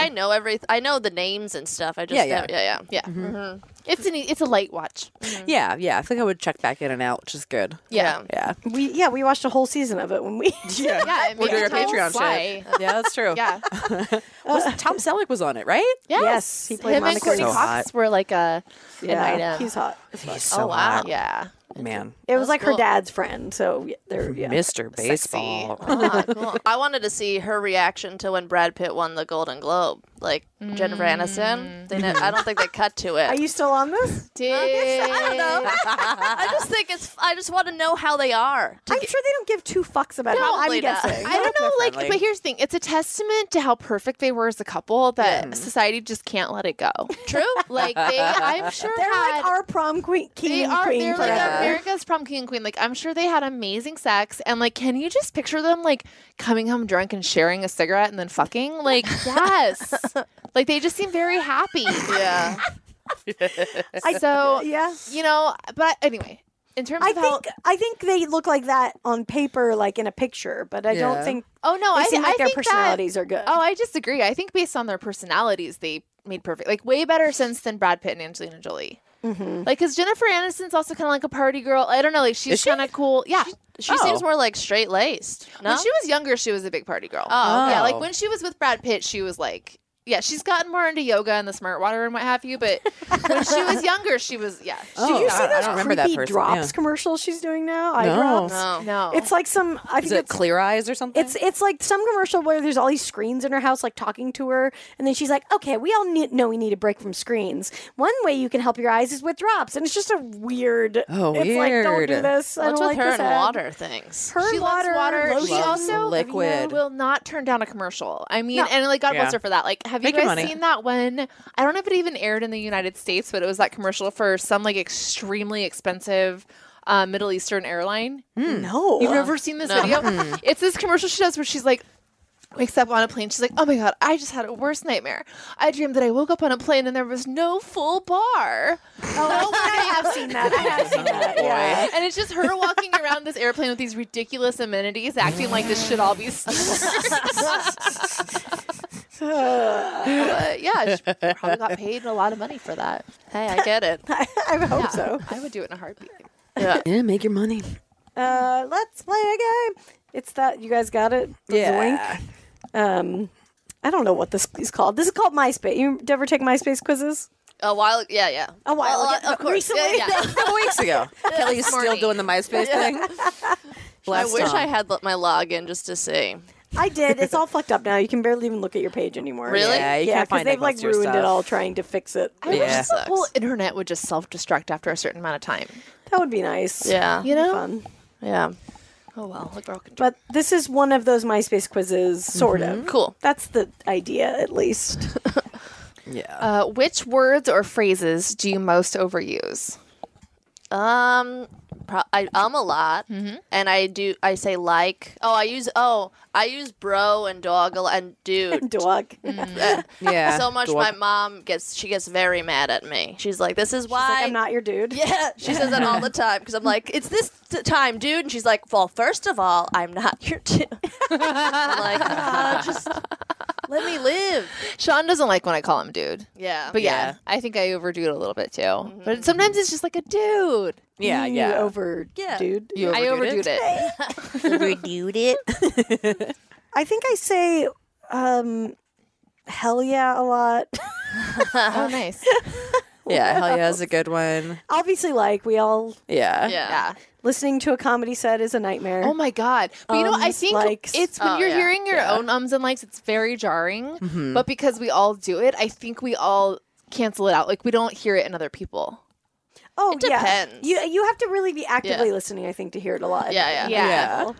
[SPEAKER 5] I know every I know the names and stuff. I just
[SPEAKER 2] Yeah,
[SPEAKER 5] yeah,
[SPEAKER 2] yeah.
[SPEAKER 5] yeah, yeah,
[SPEAKER 3] Yeah, it's an e- it's a light watch.
[SPEAKER 2] yeah. Yeah. I think I would check back in and out, which is good.
[SPEAKER 5] yeah.
[SPEAKER 2] Yeah.
[SPEAKER 1] We yeah we watched a whole season of it when we.
[SPEAKER 2] Yeah.
[SPEAKER 3] Yeah, it
[SPEAKER 2] We're
[SPEAKER 3] made
[SPEAKER 2] doing a
[SPEAKER 3] the time
[SPEAKER 2] Patreon
[SPEAKER 3] fly.
[SPEAKER 2] show. Yeah, that's true.
[SPEAKER 3] Yeah,
[SPEAKER 2] Was, Tom Selleck was on it, right?
[SPEAKER 3] yes.
[SPEAKER 1] Yes, he played
[SPEAKER 3] Him
[SPEAKER 1] Monica
[SPEAKER 3] and Courtney
[SPEAKER 2] So
[SPEAKER 3] Cox
[SPEAKER 2] hot.
[SPEAKER 3] were like a
[SPEAKER 1] yeah.
[SPEAKER 3] an item.
[SPEAKER 1] He's hot.
[SPEAKER 2] He's
[SPEAKER 5] Oh, wow.
[SPEAKER 2] hot.
[SPEAKER 3] yeah.
[SPEAKER 2] Man.
[SPEAKER 1] It was like her
[SPEAKER 5] cool.
[SPEAKER 1] dad's friend, so yeah, they're yeah.
[SPEAKER 2] Mr. Baseball.
[SPEAKER 5] Ah, cool. I wanted to see her reaction to when Brad Pitt won the Golden Globe, like Jennifer Aniston. They ne- I don't think they cut to it.
[SPEAKER 1] Are you still on this?
[SPEAKER 3] Did
[SPEAKER 5] I don't know. I just think it's. I just want to know how they are.
[SPEAKER 1] I'm sure they don't give two fucks about it.
[SPEAKER 5] Probably
[SPEAKER 1] I'm
[SPEAKER 5] not.
[SPEAKER 1] guessing.
[SPEAKER 3] I don't know, like,
[SPEAKER 2] friendly.
[SPEAKER 3] but here's the thing: it's a testament to how perfect they were as a couple
[SPEAKER 1] Mm-hmm.
[SPEAKER 3] that society just can't let it go.
[SPEAKER 5] True.
[SPEAKER 3] Like, they, I'm sure
[SPEAKER 1] They're
[SPEAKER 3] had,
[SPEAKER 1] like our prom queen, king
[SPEAKER 3] they are
[SPEAKER 1] queen
[SPEAKER 3] they're like
[SPEAKER 1] forever.
[SPEAKER 3] America's prom king and queen. Like, I'm sure they had amazing sex, and like, can you just picture them like coming home drunk and sharing a cigarette and then fucking? Like, yes, like they just seem very happy.
[SPEAKER 5] yeah.
[SPEAKER 3] I so
[SPEAKER 1] yeah.
[SPEAKER 3] you know, but anyway, in terms
[SPEAKER 1] I
[SPEAKER 3] of how.
[SPEAKER 1] think I think they look like that on paper, like in a picture, but I
[SPEAKER 2] Yeah.
[SPEAKER 1] don't think
[SPEAKER 3] Oh no!
[SPEAKER 1] they
[SPEAKER 3] I,
[SPEAKER 1] seem
[SPEAKER 3] I
[SPEAKER 1] like their
[SPEAKER 3] think that-
[SPEAKER 1] personalities are good.
[SPEAKER 3] Oh, I disagree. I think based on their personalities, they made perfect, like way better sense than Brad Pitt and Angelina Jolie. Like, because Jennifer Aniston's also kind of like a party girl. I don't know. Like, she's
[SPEAKER 2] she?
[SPEAKER 3] kind of cool. Yeah.
[SPEAKER 5] She
[SPEAKER 2] Oh.
[SPEAKER 5] seems more like straight laced. No.
[SPEAKER 3] When she was younger, she was a big party girl.
[SPEAKER 5] Oh,
[SPEAKER 3] yeah.
[SPEAKER 2] okay.
[SPEAKER 3] Like when she was with Brad Pitt, she was like, yeah, she's gotten more into yoga and the smart water and what have you. But when she was younger, she was yeah. She,
[SPEAKER 2] Oh,
[SPEAKER 1] Did you see
[SPEAKER 2] I
[SPEAKER 1] those
[SPEAKER 2] don't remember
[SPEAKER 1] creepy
[SPEAKER 2] that person,
[SPEAKER 1] drops
[SPEAKER 2] yeah.
[SPEAKER 1] commercials she's doing now? Eye
[SPEAKER 2] No.
[SPEAKER 1] drops.
[SPEAKER 5] no.
[SPEAKER 3] No,
[SPEAKER 1] It's like some. I
[SPEAKER 2] Is
[SPEAKER 1] think
[SPEAKER 2] it
[SPEAKER 1] it's.
[SPEAKER 2] Clear Eyes or something?
[SPEAKER 1] It's it's like some commercial where there's all these screens in her house, like talking to her, and then she's like, "Okay, we all need, know we need a break from screens. One way you can help your eyes is with drops." And it's just a weird.
[SPEAKER 2] Oh,
[SPEAKER 1] it's Like, don't
[SPEAKER 2] weird.
[SPEAKER 1] do this. I
[SPEAKER 5] What's
[SPEAKER 1] don't
[SPEAKER 5] with
[SPEAKER 1] like
[SPEAKER 5] her
[SPEAKER 1] this
[SPEAKER 5] and
[SPEAKER 1] ad."
[SPEAKER 5] water things?
[SPEAKER 1] Her
[SPEAKER 3] She
[SPEAKER 1] and
[SPEAKER 3] loves
[SPEAKER 1] water.
[SPEAKER 3] water. She
[SPEAKER 1] lotion.
[SPEAKER 3] also- Have you
[SPEAKER 2] liquid.
[SPEAKER 3] will not turn down a commercial. I mean, and like God
[SPEAKER 2] Yeah.
[SPEAKER 3] bless her for that. Like, have you
[SPEAKER 2] Make your
[SPEAKER 3] guys
[SPEAKER 2] money.
[SPEAKER 3] seen that one? I don't know if it even aired in the United States, but it was that commercial for some like extremely expensive. Uh, Middle Eastern airline.
[SPEAKER 2] Mm.
[SPEAKER 1] No.
[SPEAKER 3] You've never seen this video? It's this commercial she does where she's like, wakes up on a plane. She's like, oh my God, I just had a worst nightmare. I dreamed that I woke up on a plane and there was no full bar.
[SPEAKER 1] Oh, I have seen that. I have seen that. Yeah.
[SPEAKER 3] And it's just her walking around this airplane with these ridiculous amenities, acting like this should all be stars. but yeah, she probably got paid a lot of money for that.
[SPEAKER 5] Hey, I get it.
[SPEAKER 1] I, I hope
[SPEAKER 3] Yeah,
[SPEAKER 1] so.
[SPEAKER 3] I would do it in a heartbeat.
[SPEAKER 5] Yeah.
[SPEAKER 2] yeah, make your money.
[SPEAKER 1] Uh, let's play a game. It's that you guys got it. The
[SPEAKER 2] Yeah.
[SPEAKER 1] Zoink. Um, I don't know what this is called. This is called MySpace. You ever take MySpace quizzes?
[SPEAKER 5] A while. Yeah, yeah.
[SPEAKER 1] A while
[SPEAKER 5] Well,
[SPEAKER 1] ago,
[SPEAKER 5] Oh, uh, of course.
[SPEAKER 1] recently?
[SPEAKER 5] Yeah, yeah.
[SPEAKER 2] A couple weeks ago. Kelly's
[SPEAKER 3] This
[SPEAKER 2] still
[SPEAKER 3] morning.
[SPEAKER 2] doing the MySpace thing.
[SPEAKER 5] I
[SPEAKER 2] Blast
[SPEAKER 5] wish
[SPEAKER 2] on.
[SPEAKER 5] I had let my login just to see.
[SPEAKER 1] I did. It's all fucked up now. You can barely even look at your page anymore.
[SPEAKER 5] Really?
[SPEAKER 2] Yeah, you
[SPEAKER 1] yeah,
[SPEAKER 2] can't
[SPEAKER 1] because
[SPEAKER 2] find
[SPEAKER 1] they've like ruined it all trying to fix it.
[SPEAKER 3] I wish
[SPEAKER 2] Yeah.
[SPEAKER 3] the whole internet would just self destruct after a certain amount of time.
[SPEAKER 1] That would be nice.
[SPEAKER 5] Yeah.
[SPEAKER 3] You know?
[SPEAKER 1] Fun.
[SPEAKER 5] Yeah.
[SPEAKER 3] Oh well, look, girl can do
[SPEAKER 1] But this is one of those MySpace quizzes, sort
[SPEAKER 2] Mm-hmm.
[SPEAKER 1] of.
[SPEAKER 5] Cool.
[SPEAKER 1] That's the idea, at least.
[SPEAKER 2] Yeah.
[SPEAKER 3] Uh, which words or phrases do you most overuse?
[SPEAKER 5] Um, pro- I um a lot, and I do. I say like. Oh, I use. Oh, I use bro and dog a lo- and dude.
[SPEAKER 1] Dog.
[SPEAKER 5] Uh,
[SPEAKER 2] Yeah.
[SPEAKER 5] So much.
[SPEAKER 2] Dog.
[SPEAKER 5] My mom gets. She gets very mad at me. She's like, "This is why."
[SPEAKER 1] Like, I'm not your dude.
[SPEAKER 5] yeah, she says that all the time because I'm like, it's this t- time, dude, and she's like, well, first of all, I'm not your dude. I'm like, "Ah, just let me live.
[SPEAKER 3] Sean doesn't like when I call him dude.
[SPEAKER 5] Yeah,
[SPEAKER 3] But yeah, Mm-hmm.
[SPEAKER 2] Yeah.
[SPEAKER 3] I think I overdo it a little bit too. But sometimes it's just like a dude.
[SPEAKER 2] yeah,
[SPEAKER 1] You
[SPEAKER 2] yeah.
[SPEAKER 1] over
[SPEAKER 5] Yeah.
[SPEAKER 1] dude.
[SPEAKER 2] You
[SPEAKER 3] I overdoed it.
[SPEAKER 2] Overdude it.
[SPEAKER 1] I think I say um hell yeah a lot.
[SPEAKER 3] oh, nice.
[SPEAKER 2] yeah, hell yeah is a good one.
[SPEAKER 1] Obviously like we all
[SPEAKER 2] Yeah.
[SPEAKER 5] yeah,
[SPEAKER 3] Yeah.
[SPEAKER 1] listening to a comedy set is a nightmare.
[SPEAKER 3] Oh my god. But you know, what? I
[SPEAKER 1] Ums,
[SPEAKER 3] think
[SPEAKER 1] likes.
[SPEAKER 3] it's when
[SPEAKER 5] Oh,
[SPEAKER 3] you're
[SPEAKER 5] yeah.
[SPEAKER 3] hearing your own ums and likes, it's very jarring. But because we all do it, I think we all cancel it out. Like we don't hear it in other people.
[SPEAKER 1] Oh,
[SPEAKER 3] It
[SPEAKER 1] yeah.
[SPEAKER 3] depends.
[SPEAKER 1] You you have to really be actively listening, I think, to hear it a lot.
[SPEAKER 3] Yeah, yeah.
[SPEAKER 2] Yeah.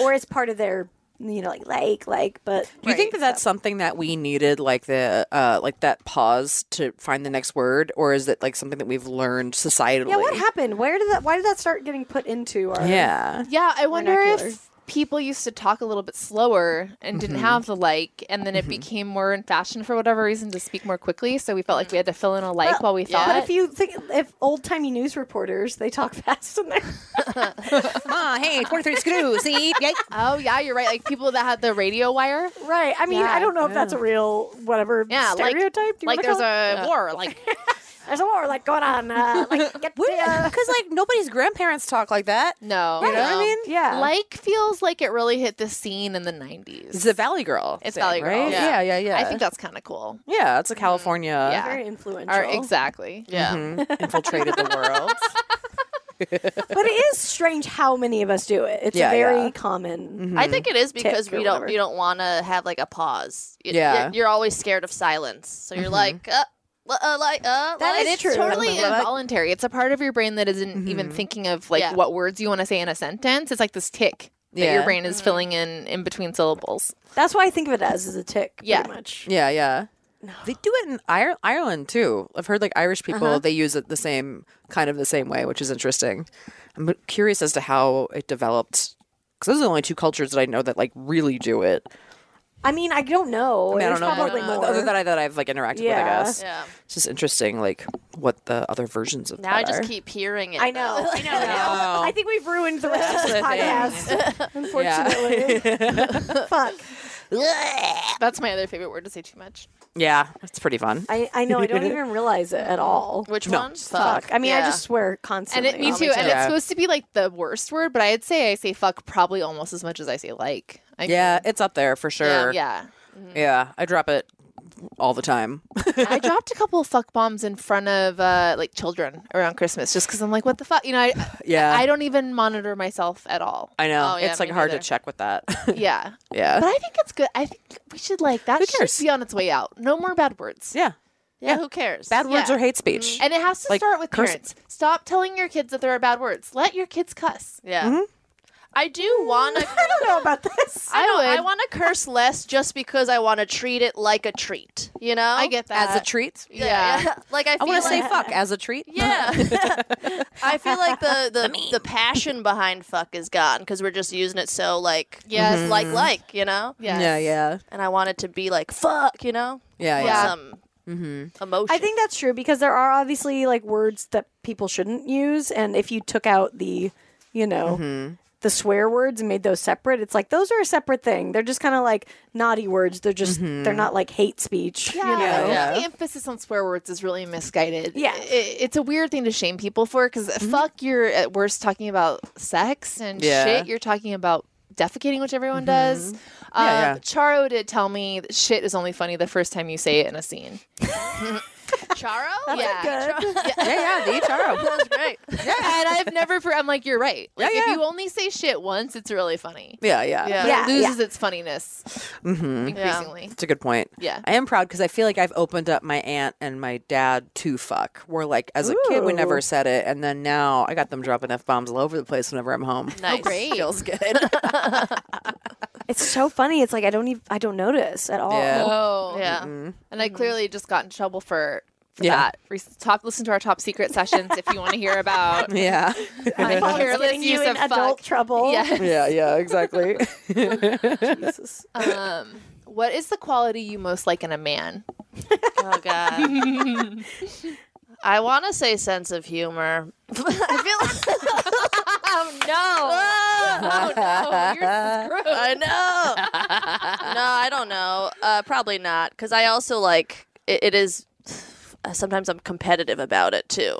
[SPEAKER 1] Or it's part of their, you know, like like like. But
[SPEAKER 2] Do you think that that's something that we needed, like the uh, like that pause to find the next word, or is it like something that we've learned societally?
[SPEAKER 1] yeah, what happened? Where did that? Why did that start getting put into our?
[SPEAKER 2] Yeah,
[SPEAKER 3] Yeah, I wonder
[SPEAKER 1] Vernacular.
[SPEAKER 3] if people used to talk a little bit slower and didn't have the like, and then it became more in fashion for whatever reason to speak more quickly. So we felt like we had to fill in a like while we thought.
[SPEAKER 1] But if you think if old timey news reporters, they talk fast in there.
[SPEAKER 2] Ma, hey, twenty three Skidoo, see, yay.
[SPEAKER 3] oh yeah, you're right. Like people that had the radio wire.
[SPEAKER 1] right. I mean,
[SPEAKER 3] Yeah.
[SPEAKER 1] I don't know if that's a real whatever
[SPEAKER 3] Yeah, like-
[SPEAKER 1] stereotype. Do you
[SPEAKER 3] like
[SPEAKER 1] wanna
[SPEAKER 3] there's
[SPEAKER 1] call it?
[SPEAKER 3] a war. Like
[SPEAKER 1] there's a war like going on. Uh, like get the, uh,
[SPEAKER 2] Because like nobody's grandparents talk like that.
[SPEAKER 3] no,
[SPEAKER 2] You know what I
[SPEAKER 3] no.
[SPEAKER 2] mean?
[SPEAKER 1] yeah.
[SPEAKER 3] Like feels like it really hit the scene in the '90s.
[SPEAKER 2] It's a Valley Girl.
[SPEAKER 3] It's
[SPEAKER 2] thing,
[SPEAKER 3] Valley Girl.
[SPEAKER 2] right? Yeah, yeah, yeah.
[SPEAKER 3] I think that's kind of cool.
[SPEAKER 2] yeah, it's a California.
[SPEAKER 3] Yeah.
[SPEAKER 1] very influential.
[SPEAKER 3] Or exactly. Yeah.
[SPEAKER 5] Mm-hmm.
[SPEAKER 2] Mhm. infiltrated the world.
[SPEAKER 1] but it is strange how many of us do it. It's
[SPEAKER 2] Yeah,
[SPEAKER 1] very
[SPEAKER 2] yeah. Mm-hmm.
[SPEAKER 1] common.
[SPEAKER 5] I think it is
[SPEAKER 1] Tick
[SPEAKER 5] because
[SPEAKER 1] or
[SPEAKER 5] we don't
[SPEAKER 1] whatever.
[SPEAKER 5] we don't want to have like a pause. Y-
[SPEAKER 2] Yeah.
[SPEAKER 5] y- you're always scared of silence, so you're like, uh, li- uh, like, uh,
[SPEAKER 1] That
[SPEAKER 5] like-
[SPEAKER 3] and
[SPEAKER 1] is
[SPEAKER 3] it's
[SPEAKER 1] true.
[SPEAKER 3] totally involuntary. It's a part of your brain that isn't even
[SPEAKER 5] Mm-hmm.
[SPEAKER 3] thinking of like
[SPEAKER 5] Yeah.
[SPEAKER 3] what words you want to say in a sentence. It's like this tick that your
[SPEAKER 2] Yeah.
[SPEAKER 3] brain is filling in in between syllables.
[SPEAKER 1] That's why I think of it as, as a tick.
[SPEAKER 3] Yeah.
[SPEAKER 1] Pretty much.
[SPEAKER 2] Yeah, yeah. They do it in Ir- Ireland too. I've heard like Irish people
[SPEAKER 1] Uh-huh.
[SPEAKER 2] they use it the same kind of the same way, which is interesting. I'm curious as to how it developed because those are the only two cultures that I know that like really do it.
[SPEAKER 1] I mean, I don't know.
[SPEAKER 2] I, mean, I
[SPEAKER 1] There's
[SPEAKER 2] don't know
[SPEAKER 1] probably more.
[SPEAKER 2] other than I that I've like interacted with.
[SPEAKER 1] Yeah.
[SPEAKER 2] I guess
[SPEAKER 5] yeah.
[SPEAKER 2] it's just interesting like what the other versions of
[SPEAKER 5] Now I
[SPEAKER 2] that
[SPEAKER 5] just
[SPEAKER 2] are.
[SPEAKER 5] keep hearing it.
[SPEAKER 1] I know. I know.
[SPEAKER 2] Oh.
[SPEAKER 1] I think we've ruined the rest of the podcast. Unfortunately. Fuck.
[SPEAKER 3] That's my other favorite word to say too much.
[SPEAKER 2] yeah, it's pretty fun.
[SPEAKER 1] I, I know. I don't even realize it at all.
[SPEAKER 5] Which
[SPEAKER 2] No.
[SPEAKER 5] one?
[SPEAKER 1] Fuck. I mean, I
[SPEAKER 5] Yeah.
[SPEAKER 1] just swear
[SPEAKER 3] And
[SPEAKER 1] constantly.
[SPEAKER 3] it, me
[SPEAKER 1] on
[SPEAKER 3] too.
[SPEAKER 1] my
[SPEAKER 3] And
[SPEAKER 2] Yeah.
[SPEAKER 3] it's supposed to be like the worst word, but I'd say I say fuck probably almost as much as I say like. I
[SPEAKER 2] Yeah, it's up there for
[SPEAKER 3] mean,
[SPEAKER 2] sure.
[SPEAKER 3] yeah.
[SPEAKER 2] yeah. I drop it all the time.
[SPEAKER 3] I dropped a couple of fuck bombs in front of uh, like children around Christmas just because I'm like, what the fuck? You know, I,
[SPEAKER 2] Yeah.
[SPEAKER 3] I don't even monitor myself at all.
[SPEAKER 2] I know
[SPEAKER 3] Oh, yeah,
[SPEAKER 2] it's like
[SPEAKER 3] me
[SPEAKER 2] hard
[SPEAKER 3] neither.
[SPEAKER 2] to check with that.
[SPEAKER 3] Yeah.
[SPEAKER 2] yeah.
[SPEAKER 3] But I think it's good. I think we should like that
[SPEAKER 2] Who
[SPEAKER 3] should
[SPEAKER 2] cares?
[SPEAKER 3] be on its way out. No more bad words.
[SPEAKER 2] yeah.
[SPEAKER 5] Yeah, who cares?
[SPEAKER 2] Bad words
[SPEAKER 3] Yeah.
[SPEAKER 2] are hate speech.
[SPEAKER 3] And it has to
[SPEAKER 2] Like,
[SPEAKER 3] start with
[SPEAKER 2] curse-
[SPEAKER 3] parents. Stop telling your kids that there are bad words. Let your kids cuss.
[SPEAKER 5] Yeah. I do want to.
[SPEAKER 1] I don't know about this.
[SPEAKER 5] I, know,
[SPEAKER 3] would.
[SPEAKER 5] I want to curse less just because I want to treat it like a treat. You know?
[SPEAKER 3] I get that.
[SPEAKER 2] as a treat.
[SPEAKER 5] Yeah.
[SPEAKER 3] Yeah.
[SPEAKER 5] like I.
[SPEAKER 2] I
[SPEAKER 5] feel
[SPEAKER 2] want to say
[SPEAKER 5] like-
[SPEAKER 2] fuck as a treat.
[SPEAKER 5] Yeah. I feel like the the, the passion behind fuck is gone because we're just using it so like
[SPEAKER 3] Yes.
[SPEAKER 5] just like like you know.
[SPEAKER 3] Yes.
[SPEAKER 2] Yeah, yeah,
[SPEAKER 5] And I want it to be like fuck, you know,
[SPEAKER 2] yeah,
[SPEAKER 5] With
[SPEAKER 2] yeah.
[SPEAKER 5] some emotion.
[SPEAKER 1] I think that's true because there are obviously like words that people shouldn't use, and if you took out the, you know,
[SPEAKER 2] Mm-hmm.
[SPEAKER 1] the swear words and made those separate, it's like those are a separate thing. They're just kind of like naughty words. They're just
[SPEAKER 2] Mm-hmm.
[SPEAKER 1] they're not like hate speech.
[SPEAKER 3] Yeah,
[SPEAKER 1] You know?
[SPEAKER 3] I think
[SPEAKER 2] Yeah.
[SPEAKER 3] the emphasis on swear words is really misguided.
[SPEAKER 1] Yeah. Mm-hmm.
[SPEAKER 3] I- it's a weird thing to shame people for because fuck, you're at worst talking about sex and
[SPEAKER 2] Yeah.
[SPEAKER 3] shit. You're talking about defecating, which everyone
[SPEAKER 1] Mm-hmm.
[SPEAKER 3] does. um,
[SPEAKER 2] Yeah, yeah.
[SPEAKER 3] Charo did tell me that shit is only funny the first time you say it in a scene.
[SPEAKER 5] Charo.
[SPEAKER 3] yeah.
[SPEAKER 1] Good.
[SPEAKER 2] yeah, yeah, the HRO.
[SPEAKER 5] That's great.
[SPEAKER 3] and I've never. For, I'm like, you're right. Like,
[SPEAKER 2] Yeah,
[SPEAKER 3] if
[SPEAKER 2] yeah.
[SPEAKER 3] you only say shit once, it's really funny.
[SPEAKER 2] Yeah, Mm-hmm. yeah,
[SPEAKER 5] Yeah.
[SPEAKER 3] But
[SPEAKER 1] Yeah,
[SPEAKER 3] it loses its funniness increasingly.
[SPEAKER 2] It's a good point.
[SPEAKER 3] Yeah.
[SPEAKER 2] I am proud because I feel like I've opened up my aunt and my dad to fuck. We're like, as a kid, we never said it, and then now I got them dropping f bombs all over the place whenever I'm home.
[SPEAKER 5] Nice.
[SPEAKER 3] Great.
[SPEAKER 2] Feels good.
[SPEAKER 1] It's so funny. It's like I don't even I don't notice at all.
[SPEAKER 2] Yeah.
[SPEAKER 3] Oh,
[SPEAKER 5] Yeah.
[SPEAKER 3] And I clearly just got in trouble for, for
[SPEAKER 2] Yeah.
[SPEAKER 3] that. Re- top, listen to our top secret sessions if you want to hear about
[SPEAKER 2] yeah,
[SPEAKER 3] my
[SPEAKER 1] Well, it's
[SPEAKER 3] careless
[SPEAKER 1] getting
[SPEAKER 3] use
[SPEAKER 1] you in
[SPEAKER 3] of
[SPEAKER 1] adult
[SPEAKER 3] fuck.
[SPEAKER 1] trouble.
[SPEAKER 3] Yeah.
[SPEAKER 2] yeah, yeah. Exactly.
[SPEAKER 1] Jesus.
[SPEAKER 3] Um, what is the quality you most like in a man?
[SPEAKER 5] Oh god. I want to say sense of humor. I feel like
[SPEAKER 3] Oh no! oh no! You're screwed.
[SPEAKER 5] I know. no, I don't know. Uh, probably not because I also like it, it is. uh, Sometimes I'm competitive about it too,